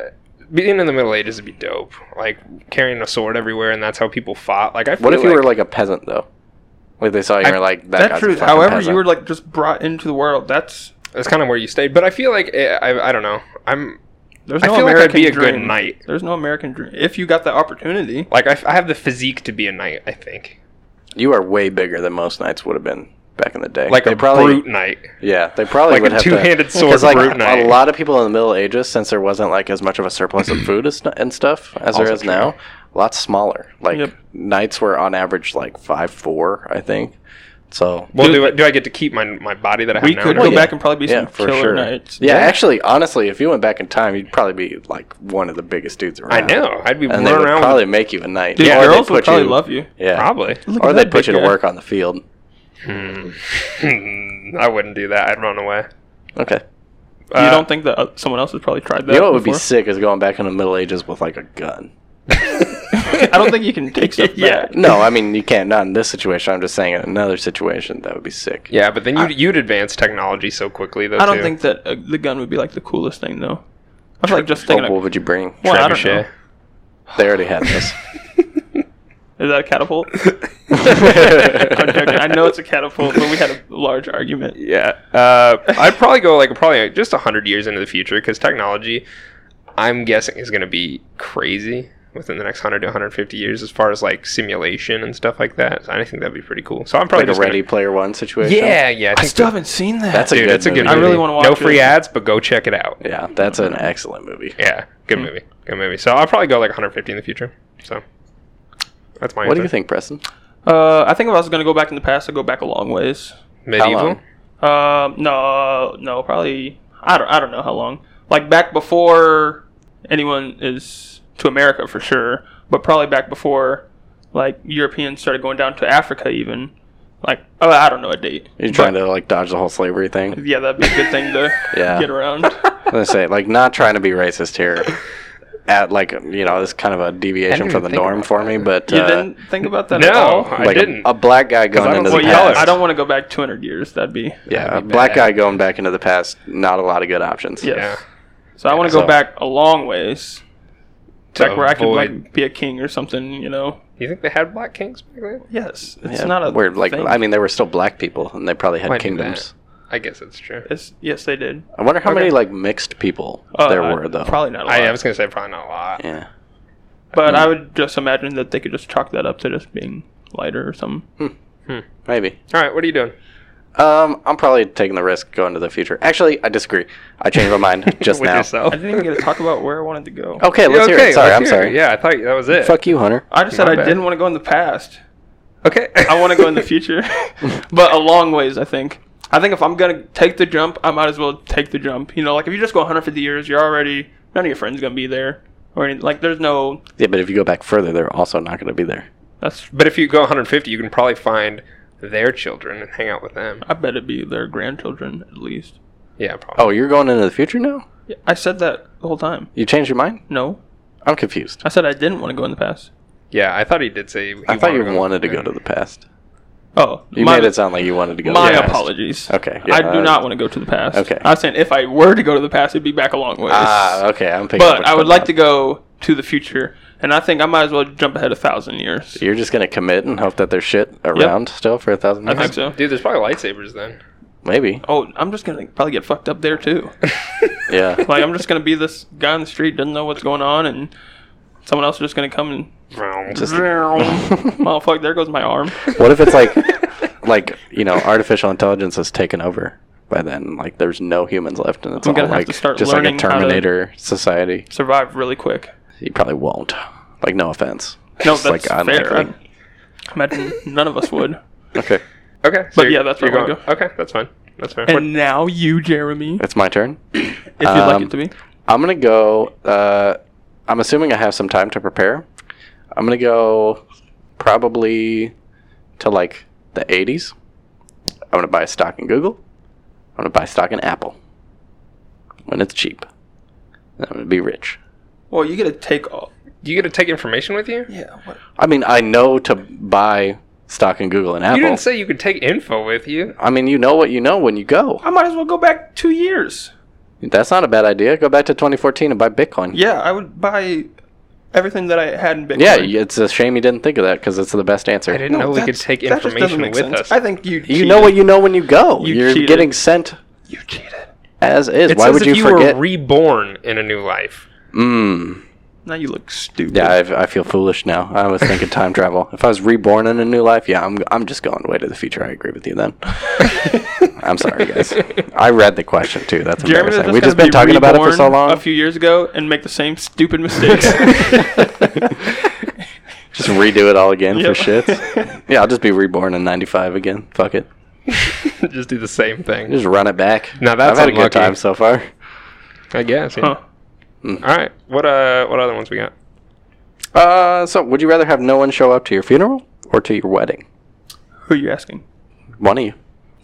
being in the Middle Ages would be dope. Like carrying a sword everywhere, and that's how people fought. Like I. Feel
What if you
like,
were like a peasant though? Like they saw you and were like that
That's
guy's
true.
A fucking
However,
peasant.
you were like just brought into the world. That's
That's kind of where you stayed, but I feel like eh, I. I don't know. I'm.
there's
I
no
feel like
American
I'd be a good
dream.
knight.
There's no American dream. If you got the opportunity,
Like I, f- I have the physique to be a knight. I think.
you are way bigger than most knights would have been back in the day.
Like
they
a
probably,
brute knight.
Yeah, they probably
like a
would have to-
two-handed sword
'cause, like
brute knight.
a lot of people in the Middle Ages, since there wasn't like as much of a surplus of food as, and stuff as there
Also
is
true.
now, lots smaller. Like
Yep.
knights were on average like five four, I think. So
Well, do I, do I get to keep my my body that I have
we
now?
could
or
go
no?
yeah.
back and probably be
yeah,
some
for
killer
sure.
knights.
Yeah, actually, honestly, if you went back in time, you'd probably be like one of the biggest dudes around.
I know. I'd be
and
running
they would
around.
probably
with,
make you a knight.
Dude,
Or they'd
girls would
put
probably
you-
love you.
Yeah,
probably.
Look
or
at
they'd
that
put you
big
to
guy.
work on the field.
Hmm, I wouldn't do that. I'd run away.
Okay.
you
Uh,
don't think that uh, someone else has probably tried that?
You know what would be
before?
sick is going back in the Middle Ages with like a gun.
I don't think you can take stuff
Yeah.
back.
No, I mean you can't. Not in this situation. I'm just saying in another situation that would be sick.
Yeah, but then you'd, you'd advance technology so quickly. Though
I don't
too.
think that uh, the gun would be like the coolest thing though. I feel like just
Well,
thinking.
what
Of,
would you bring?
Well, I don't
Trebuchet.
know.
They already had this.
Is that a catapult? I'm joking. I know it's a catapult, but we had a large argument.
Yeah, uh, I'd probably go like probably just hundred years into the future because technology, I'm guessing, is going to be crazy within the next hundred to 150 years as far as like simulation and stuff like that. So I think that'd be pretty cool. So I'm probably
like a
just gonna-
Ready Player One situation.
yeah, yeah. I,
I
think
still
that-
haven't seen that.
That's a
dude,
good
it's a good.
movie. I
really wanna
No
watch
free
it.
ads, but go check it out.
Yeah, that's an excellent movie.
Yeah, good
Hmm.
movie, good movie. So I'll probably go like 150 in the future. So that's my.
What
answer.
do you think, Preston?
Uh, I think if I was gonna go back in the past, I'd go back a long ways.
How
Medieval.
long?
Um, no, no, probably. I don't. I don't know how long. Like back before anyone is to America for sure, but probably back before like Europeans started going down to Africa even. Like oh, I don't know a date.
You're trying to like dodge the whole slavery thing.
Yeah, that'd be a good thing to
Yeah.
get around.
I'm gonna say like not trying to be racist here. At like you know, this is kind of a deviation
even
from the
think
norm
about
for
that.
me, but
You
uh,
didn't think about that at
No,
all.
I
like a-
didn't.
A, black guy going
I
into
don't
the
Well,
think
yeah,
that's-
past.
I don't want to go back 200 years. That'd be
yeah, a
That'd be
black
bad.
guy going back into the past. Not a lot of good options.
yes.
Yeah.
So I want to
So-
go back a long ways,
To
back where I could
avoid-
like be a king or something. You know.
You think they had black kings back then?
Yes, it's
Yeah,
not a
weird. Like
thing.
I mean, they were still black people, and they probably had
Might be
kingdoms.
I guess that's true.
It's, yes, they did.
I wonder how
Okay.
many like mixed people
Uh,
there
I-
were though.
Probably not a lot.
I, I was gonna say probably not a lot.
Yeah.
but I would just imagine that they could just chalk that up to just being lighter or something.
Maybe.
All right, what are you doing?
Um, I'm probably taking the risk going to the future. Actually, I disagree. I changed my mind just
With
now.
yourself.
I didn't even get to talk about where I wanted to go.
Okay, let's hear it. Sorry,
let's
I'm
hear it.
sorry.
Yeah, I thought that was it.
Fuck you, Hunter.
Oh, I just said
My
I
bad.
didn't want to go in the past.
Okay.
I want to go in the future, but a long ways. I think. I think if I'm gonna take the jump, I might as well take the jump. You know, like if you just go 150 years, you're already none of your friends gonna be there, or any, like there's no.
Yeah, but if you go back further, they're also not going to be there.
That's
but if you go 150, you can probably find their children and hang out with them.
I bet it'd be their grandchildren at least.
Yeah, probably.
Oh, you're going into the future now?
Yeah, I said that the whole time.
You changed your mind?
No,
I'm confused.
I said I didn't want to go in the past.
Yeah, I thought he did say. He
I thought you
go-
wanted to go to the past.
Oh,
You
my,
made it sound like you wanted to go.
My
to the past.
apologies.
Okay,
I
yeah,
do
uh,
not want to go to the past.
okay.
I was saying if I were to go to the past, it'd be back a long ways.
Ah, okay. I'm picking. up
but
what
I
you're
would
putting
like
down.
to go to the future, and I think I might as well jump ahead a thousand years.
You're just gonna commit and hope that there's shit around still for a thousand
I
years.
think so.
Dude, there's probably lightsabers then.
Maybe.
Oh, I'm just gonna probably get fucked up there too.
Yeah.
like I'm just gonna be this guy on the street doesn't know what's going on, and Someone else is just gonna come and
Just,
oh fuck, there goes my arm.
What if it's like, like you know, artificial intelligence has taken over by then? Like, there's no humans left, and it's
I'm
all
gonna have
like
to start
just like a
learning how to-
Terminator society.
Survive really quick.
You probably won't. Like, no offense.
No,
It's,
that's
like,
fair. I
unlikely.
imagine none of us would.
Okay,
okay.
But yeah, that's
you're
where I
going-
go.
Okay, that's fine. That's fair.
And now you, Jeremy,
it's my turn.
if you'd like
Um,
it to be.
I'm gonna go. Uh, I'm assuming I have some time to prepare. I'm gonna go probably to like the 80s. I'm gonna buy stock in Google. I'm gonna buy stock in Apple when it's cheap. And I'm gonna be rich.
Well, you gotta take all.
you get to take information with you?
Yeah. What?
I mean, I know to buy stock in Google and Apple.
You didn't say you could take info with you.
I mean, you know what you know when you go.
I might as well go back two years.
That's not a bad idea. Go back to 2014 and buy Bitcoin.
Yeah, I would buy everything that I had in Bitcoin.
Yeah, it's a shame you didn't think of that because it's the best answer.
I didn't know we could
that's-
take
that just doesn't
information
make
with
sense.
us.
I think you.
You know what you know when you go.
You
You are
cheated.
getting sent
You cheated.
as is.
It's
Why
as
would
if
you,
you
forget?
were reborn in a new life.
mm.
Now you look stupid.
Yeah, I, I feel foolish now. I was thinking time travel. If I was reborn in a new life, yeah, I'm I'm just going way to the future. I agree with you then. I'm sorry, guys. I read the question too. That's
Jeremy was
embarrassing. We've
gonna
just been
be
talking about it for so
reborn
long.
A few years ago, and make the same stupid mistakes.
just redo it all again
Yep.
for shits. Yeah, I'll just be reborn in '95 again. Fuck it.
Just do the same thing.
Just run it back.
Now that's
I've had a
unlucky.
good time so far.
I guess. yeah.
Huh.
All right. What uh? What other ones we got?
Uh, so would you rather have no one show up to your funeral or to your wedding?
Who are you asking?
One of you.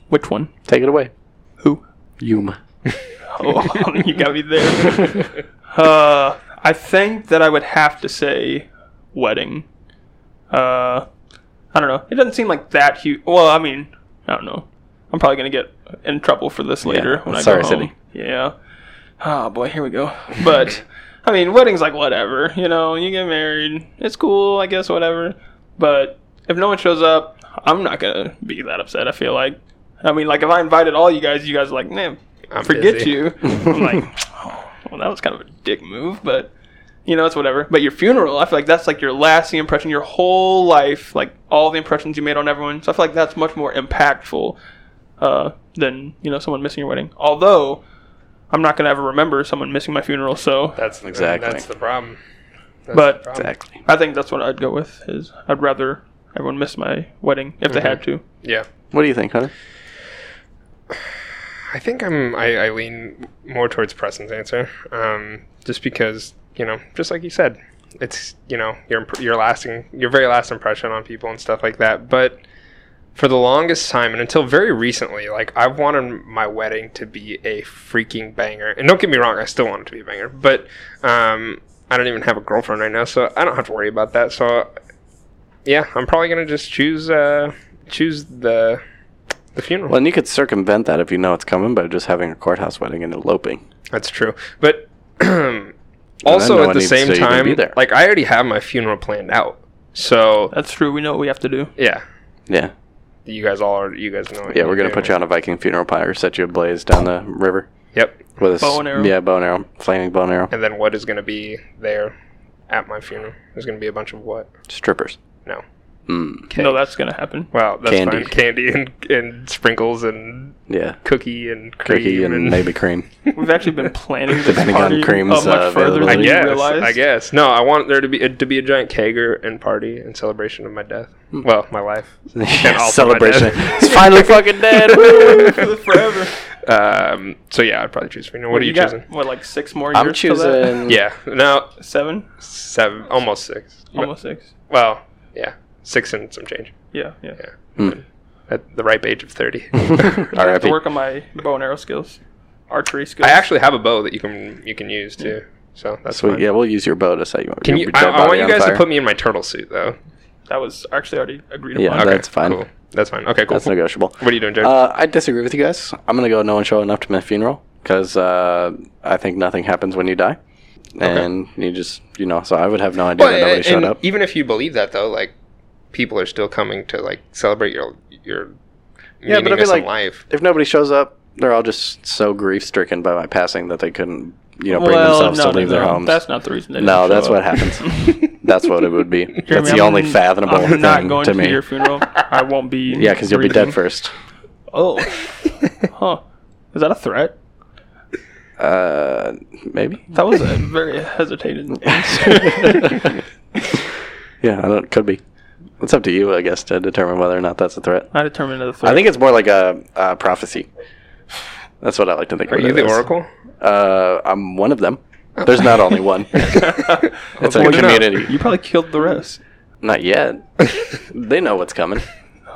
Which one?
Take it away.
Who?
Yuma.
Oh, you got me there. Uh, I think that I would have to say wedding. Uh, I don't know. It doesn't seem like that huge. Well, I mean, I don't know. I'm probably gonna get in trouble for this later when I
Sorry,
go home.
Sydney.
Yeah. Oh boy, here we go. But I mean, weddings like whatever. You know, you get married. It's cool, I guess. Whatever. But if no one shows up, I'm not gonna be that upset. I feel like. I mean, like if I invited all you guys, you guys are like, man,
I'm
forget
busy.
you. I'm like, oh, well, that was kind of a dick move, but you know, it's whatever. But your funeral, I feel like that's like your lasting impression, your whole life, like all the impressions you made on everyone. So I feel like that's much more impactful uh, than you know someone missing your wedding. Although I'm not gonna ever remember someone missing my funeral, so
That's the,
Exactly.
That's the problem. That's
But-
the problem.
Exactly.
I think that's what I'd go with. Is I'd rather everyone miss my wedding if
Mm-hmm.
they had to.
yeah,
What do you think, Hunter?
I think I'm. I, I lean more towards Preston's answer, um, just because you know, just like you said, it's you know your imp- your lasting your very last impression on people and stuff like that. But for the longest time and until very recently, like I've wanted my wedding to be a freaking banger. And don't get me wrong, I still want it to be a banger, but um, I don't even have a girlfriend right now, so I don't have to worry about that. So yeah, I'm probably gonna just choose uh, choose the the funeral.
Well, and you could circumvent that if you know it's coming by just having a courthouse wedding and eloping.
That's true. But also
no
at
one
the
needs to
same
even be
time,
there.
like I already have my funeral planned out. So
That's true. We know what we have to do.
yeah,
Yeah.
you guys all are. You guys know. what
Yeah,
you
we're going to
do.
put you on a Viking funeral pyre, set you ablaze down the river
Yep.
with a s-
Bow and arrow.
Yeah, bow and arrow. Flaming bow and arrow.
And then what is going to be there at my funeral? There's going to be a bunch of what?
Strippers.
No.
Mm.
No, that's gonna happen.
Well, that's
Candy.
fine. Candy and, and sprinkles and
Yeah.
cookie and cream
Cookie and maybe cream.
We've actually been planning this
Depending on
party
creams,
up much
uh,
further
I
than
availability.
we
guess.
realized.
I guess. No, I want there to be a, to be a giant kegger and party and celebration of my death.
Hmm.
Well, my life. also my dad.
Celebration. it's finally fucking dead. Woo!
forever.
Um. So yeah, I'd probably choose funeral. What are you,
got,
choosing?
What, like six more years?
I'm
till that?
choosing.
Yeah. Now
seven,
seven, almost six.
almost six.
Well, yeah, six and some change
Yeah, yeah.
Hmm.
at the ripe age of thirty.
I have to
RIP.
work on my bow and arrow skills, archery skills.
I actually have a bow that you can you can use too. So that's
Sweet.
fine.
Yeah, we'll use your bow to set you up.
Can you? I, I want you guys to put me in my turtle suit though.
that was actually already agreed
Yeah.
upon.
Okay,
That's fine.
Cool. That's fine. Okay, cool.
That's negotiable.
what are you doing, Jared?
Uh, I disagree with you guys. I'm gonna go. No one showing up to my funeral because uh, I think nothing happens when you die, and you just you know. So I would have no idea that nobody showed
and
up.
even if you believe that though, like people are still coming to like celebrate your your
Yeah, but I'd be
meaningless
like-
life.
If nobody shows up, they're all just so grief stricken by my passing that they couldn't you know, bring themselves to leave their homes.
That's not the reason. They
no, that's
didn't show
what
up.
happens. that's what it would be. that's the
I'm-
only fathomable
I'm
thing
not going
to
to,
me.
your funeral. I won't be.
yeah, because you'll be
breathing.
dead first.
Oh, huh? Is that a threat?
Uh, maybe.
That was a very hesitating answer.
Yeah, I don't. Could be. It's up to you, I guess, to determine whether or not that's a threat.
I determined the threat.
I think it's more like a, a prophecy. That's what I like to think.
Are you the oracle? Oh.
Uh, I'm one of them. There's not only one. it's a
Well, you know-
community.
you probably killed the rest.
Not yet. they know what's coming.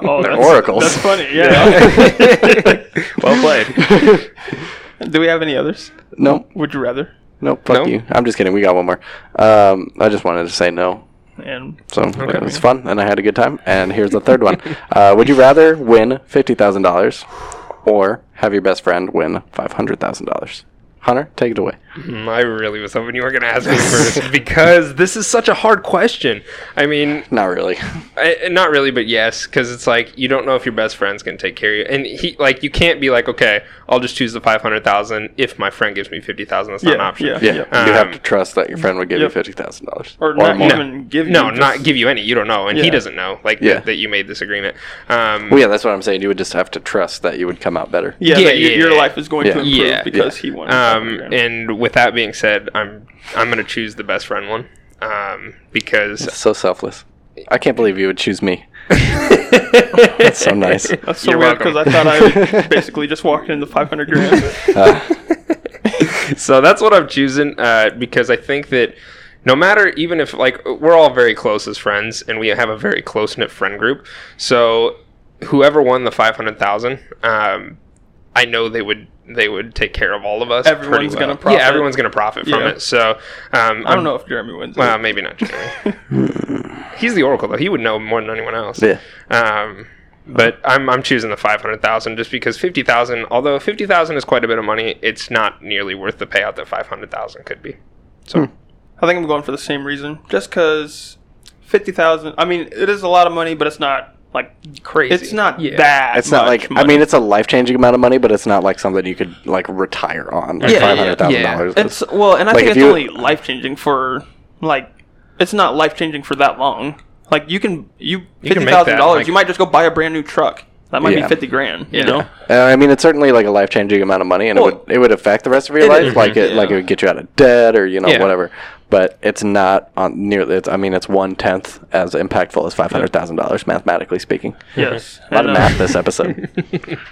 Oh,
They're
that's-
oracles.
That's funny. Yeah.
well played.
Do we have any others?
No,
Would you rather?
no, fuck
No?
you. I'm just kidding. We got one more. Um, I just wanted to say no.
And
So it was fun, and I had a good time. And here's the third one. Uh, would you rather win fifty thousand dollars, or have your best friend win five hundred thousand dollars? Hunter, take it away.
Mm, I really was hoping you were going to ask me first because this is such a hard question. I mean,
Not really.
I, not really, but yes, because it's like you don't know if your best friend's gonna take care of you, and he like you can't be like, okay, I'll just choose the five hundred thousand if my friend gives me fifty thousand. That's not an
Yeah,
option.
yeah.
Yeah, you have
Um,
to trust that your friend would give
Yep.
you fifty thousand dollars
or, not
more.
even give
No,
you
not
just-
give you any. You don't know, and he
Yeah.
doesn't know. Like
Yeah.
that, that you made this agreement. Um,
Well, yeah, that's what I'm saying. You would just have to trust that you would come out better.
Yeah,
Yeah,
that your-
yeah,
your
yeah.
life is going
Yeah.
to improve
Yeah,
because he won.
Um, and with that being said, I'm I'm gonna choose the best friend one um, because
So selfless. I can't believe you would choose me. That's so nice.
that's so
you're
weird because I
welcome.
thought I basically just walked into 500 grand.
Uh,
so that's what I'm choosing uh, because I think that no matter even if like we're all very close as friends and we have a very close knit friend group, so whoever won the five hundred thousand, um, I know they would they would take care of all of us. pretty
Everyone's gonna profit.
Yeah, everyone's gonna profit from
Yeah.
it. So um,
I don't know if Jeremy wins. it.
Well, maybe not Jeremy. He's the Oracle though. He would know more than anyone else.
Yeah.
Um, but I'm I'm choosing the five hundred thousand just because fifty thousand. Although fifty thousand is quite a bit of money, it's not nearly worth the payout that five hundred thousand could be. So
I think I'm going for the same reason, just because fifty thousand. I mean, it is a lot of money, but it's not like
crazy.
it's not
Yeah.
that.
It's not
much
like
money.
I mean, it's a life changing amount of money, but it's not like something you could like retire on. Like
Yeah, yeah,
five hundred thousand dollars.
it's well, and I
like, if
think it's
you-
only life changing for like it's not life changing for that long. Like you can
You
you,
can
fifty
make that,
thousand dollars,
like-
you might just go buy a brand new truck. That might
Yeah.
be fifty grand. You know,
Uh, I mean, it's certainly like a life changing amount of money, and
Well,
it would it would affect the rest of your
it
life,
is,
like it
yeah.
like it would get you out of debt or you know
Yeah.
whatever. But it's not on nearly. It's I mean, it's one tenth as impactful as five hundred thousand dollars, mathematically speaking.
yes.
A lot of
And, uh,
math this episode.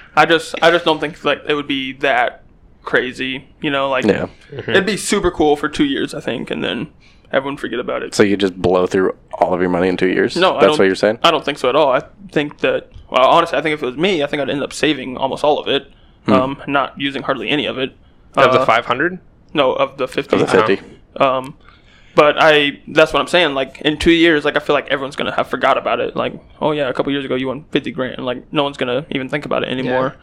I just I just don't think like it would be that crazy. You know, like
yeah.
Mm-hmm.
it'd be super cool for two years, I think, and then everyone forget about it.
So you just blow through all of your money in two years.
No, I
that's
don't-
what you're saying.
I don't think so at all. I think that, well, honestly, I think if it was me, I think I'd end up saving almost all of it,
Hmm.
um, not using hardly any of it.
of
Uh,
the five hundred.
No, of the fifty.
The fifty.
Um, but I, that's what I'm saying. Like in two years, like I feel like everyone's gonna have forgot about it. Like, oh yeah, a couple years ago you won fifty grand. Like no one's gonna even think about it anymore.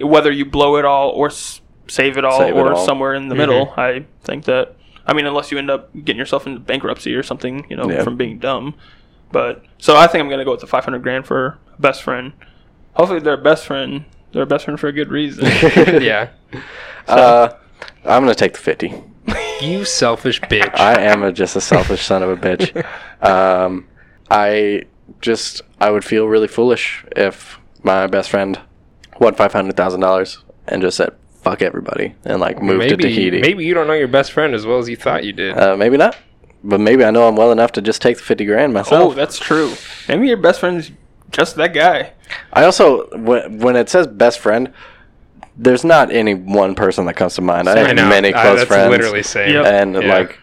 Whether you blow it all or s- save it all
Save it
or
all. Mm-hmm.
somewhere in the middle, I think that. I mean, unless you end up getting yourself into bankruptcy or something, you know,
Yeah.
from being dumb. But so I think I'm gonna go with the five hundred grand for best friend. Hopefully, they're best friend. They're best friend for a good reason.
yeah.
Uh, I'm gonna take the fifty.
You selfish bitch.
I am a, just a selfish son of a bitch. Um, I just I would feel really foolish if my best friend won five hundred thousand dollars and just said fuck everybody and like moved to
maybe
Tahiti.
maybe you don't know your best friend as well as you thought you did.
Uh, maybe not, but maybe I know I'm well enough to just take the fifty grand
oh,
myself.
that's true. Maybe your best friend is just that guy.
I also when, when it says best friend, there's not any one person that comes to mind. I have
I know.
many
I-
close
that's
friends.
literally same.
Yep.
and
Yeah.
like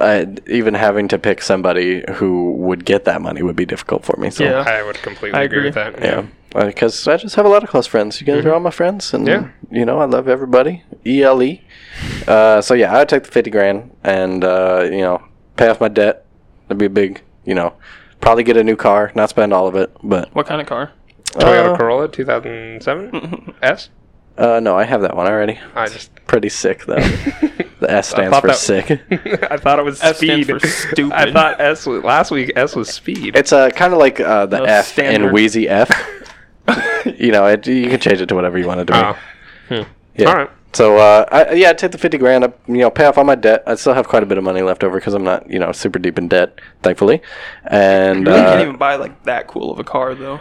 I, even having to pick somebody who would get that money would be difficult for me. So
Yeah.
I would completely
I
agree.
agree.
with that.
yeah, because I just have a lot of close friends. You guys are all my friends, and
Mm-hmm. Yeah.
you know I love everybody. E L E. Uh, so yeah, I would take the fifty grand and uh, you know pay off my debt. That'd be a big, you know, probably get a new car, not spend all of it, but
What kind of car?
Toyota
Uh,
Corolla 2007 S.
uh, no, I have that one already.
I just
Pretty sick though. the S stands
thought
for
that-
sick.
I thought it was
S
speed.
stands for stupid.
I thought S was last week. S was speed.
It's uh, kind of like uh, the
No,
F
standard.
in Wheezy F. you know, it, you can change it to whatever you want it to be.
Hmm.
Oh.
uh, Yeah.
All right.
So uh, I, yeah, I'd take the fifty grand. I, you know, pay off all my debt. I still have quite a bit of money left over because I'm not, you know, super deep in debt, thankfully. And
You really can't
uh,
even buy like that cool of a car though,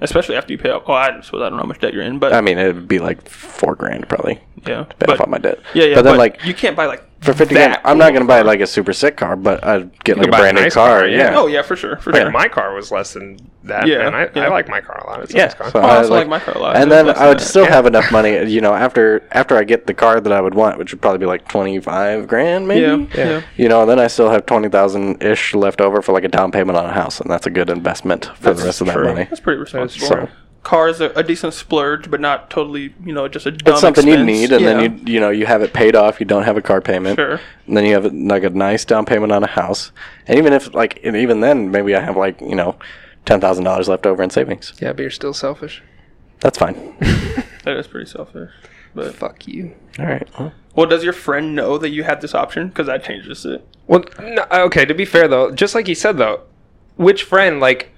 especially after you pay off. Oh, I suppose I don't know how much debt you're in, but
I mean, it'd be like four grand probably.
yeah,
Pay
but
off all my debt.
yeah, yeah.
But then like
you can't buy like
for fifty
that
grand, I'm not
cool
gonna buy like a super sick car, but I'd get like
could
a
buy a
brand new
nice
car.
car,
yeah.
yeah.
Oh yeah, for sure, for
Like
sure.
my car was less than that.
Yeah,
man. I,
yeah.
I like my car a lot. It's a
Yeah,
nice car.
so
Oh, I
I
also
like-
like my car a lot.
and
It's
then
less
I
than
would
that.
still have enough money, you know, after after I get the car that I would want, which would probably be like twenty five grand, maybe.
yeah, yeah.
You know, and then I still have twenty thousand ish left over for like a down payment on a house, and that's a good investment for the rest of
true.
that money.
That's pretty responsible.
true.
Car is a, a decent splurge, but not totally, you know, just a dumb
It's something you
expense.
need, and
Yeah.
then you you know you have it paid off. You don't have a car payment,
Sure.
and then you have like a nice down payment on a house. And even if like and even then, maybe I have like you know ten thousand dollars left over in savings.
Yeah, but you're still selfish.
That's fine.
That is pretty selfish. But
Fuck you.
All right. Well,
well, does your friend know that you had this option? Because I changed this. It.
Well, no, okay. To be fair though, just like he said though, which friend? Like,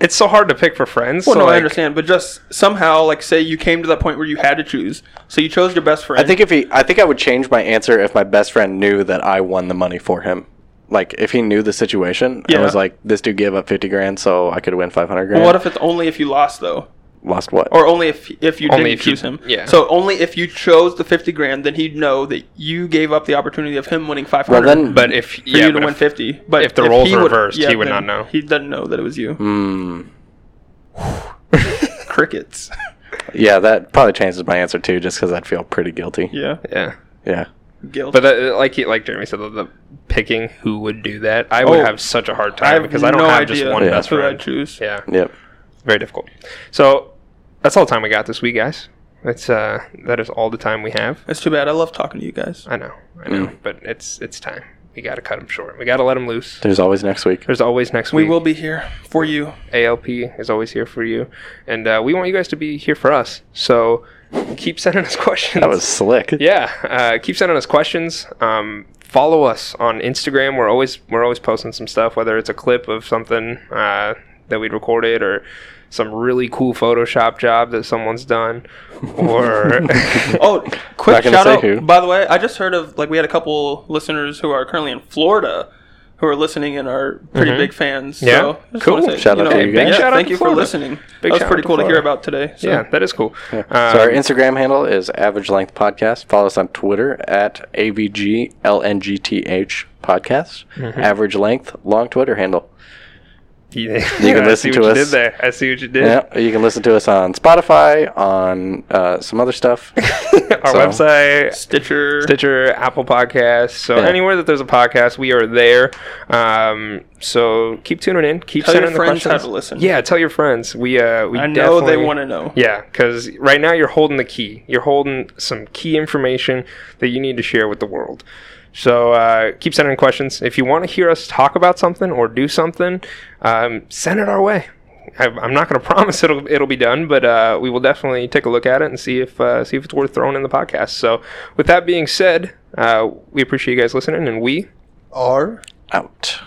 it's so hard to pick for friends.
Well,
so
no, I
like,
understand, but just somehow, like, say you came to that point where you had to choose, so you chose your best friend.
I think if he, I think I would change my answer if my best friend knew that I won the money for him. Like if he knew the situation
Yeah.
and was like, "This dude gave up fifty grand, so I could win five hundred grand."
Well, what if it's only if you lost though,
lost what?
or only if if you
Only
didn't
if you-
choose him?
yeah.
So only if you chose the fifty grand, then he'd know that you gave up the opportunity of him winning five
well
hundred.
then,
But if
for
yeah,
you to
but
win
if-
fifty. But
if the roles
he
were
would-
reversed, he would
then
not know.
He doesn't know that it was you.
Mm,
Crickets.
yeah, that probably changes my answer too, just because I'd feel pretty guilty.
yeah.
yeah.
Yeah.
Guilt.
But uh, like he, like Jeremy said, the, the picking who would do that, I would
Oh.
have such a hard time because I don't have just one
Yeah.
best
who I'd
friend.
choose.
Yeah,
Yep.
very difficult. So that's all the time we got this week, guys. That's uh, that is all the time we have.
It's too bad. I love talking to you guys.
I know, I know, but it's it's time. We got to cut him short. We got to let him loose.
There's always next week.
There's always next
We
week.
will be here for you.
ALP is always here for you, and uh, we want you guys to be here for us. So keep sending us questions.
That was slick.
yeah. Uh, keep sending us questions. Um, follow us on Instagram. We're always we're always posting some stuff, whether it's a clip of something uh, that we recorded or some really cool Photoshop job that someone's done, or
Oh, quick
Not gonna
shout
say
out.
who.
By the way, I just heard of like we had a couple listeners who are currently in Florida who are listening and are pretty big fans.
Mm-hmm. Yeah.
So, just
Cool.
wanna
Shout out to you guys.
yeah,
Shout out
thank
to
you
Florida.
for listening.
Big
that was
shout
pretty
out to
cool to hear
Florida.
about today. So.
yeah, that is cool.
so our
Um,
Instagram handle is Average Length Podcast. Follow us on Twitter at AVGLNGTH Podcast.
Mm-hmm.
Average Length Long Twitter handle.
Yeah,
can
I
listen
see
to
what You
us.
did there. I see what you did.
Yeah, you can listen to us on Spotify, on uh, some other stuff.
Our
So-
website,
Stitcher.
Stitcher, Apple Podcasts. So
Yeah.
anywhere that there's a podcast, we are there. Um, so keep tuning in. Keep
Tell your
sending the
friends
questions.
how to listen.
Yeah, tell your friends. We uh, we
I know they
definitely-
want to know.
Yeah, because right now you're holding the key. You're holding some key information that you need to share with the world. So uh, keep sending questions. If you want to hear us talk about something or do something, um, send it our way. I, I'm not going to promise it'll it'll be done, but uh, we will definitely take a look at it and see if uh, see if it's worth throwing in the podcast. So with that being said, uh, we appreciate you guys listening, and we
Are
Out.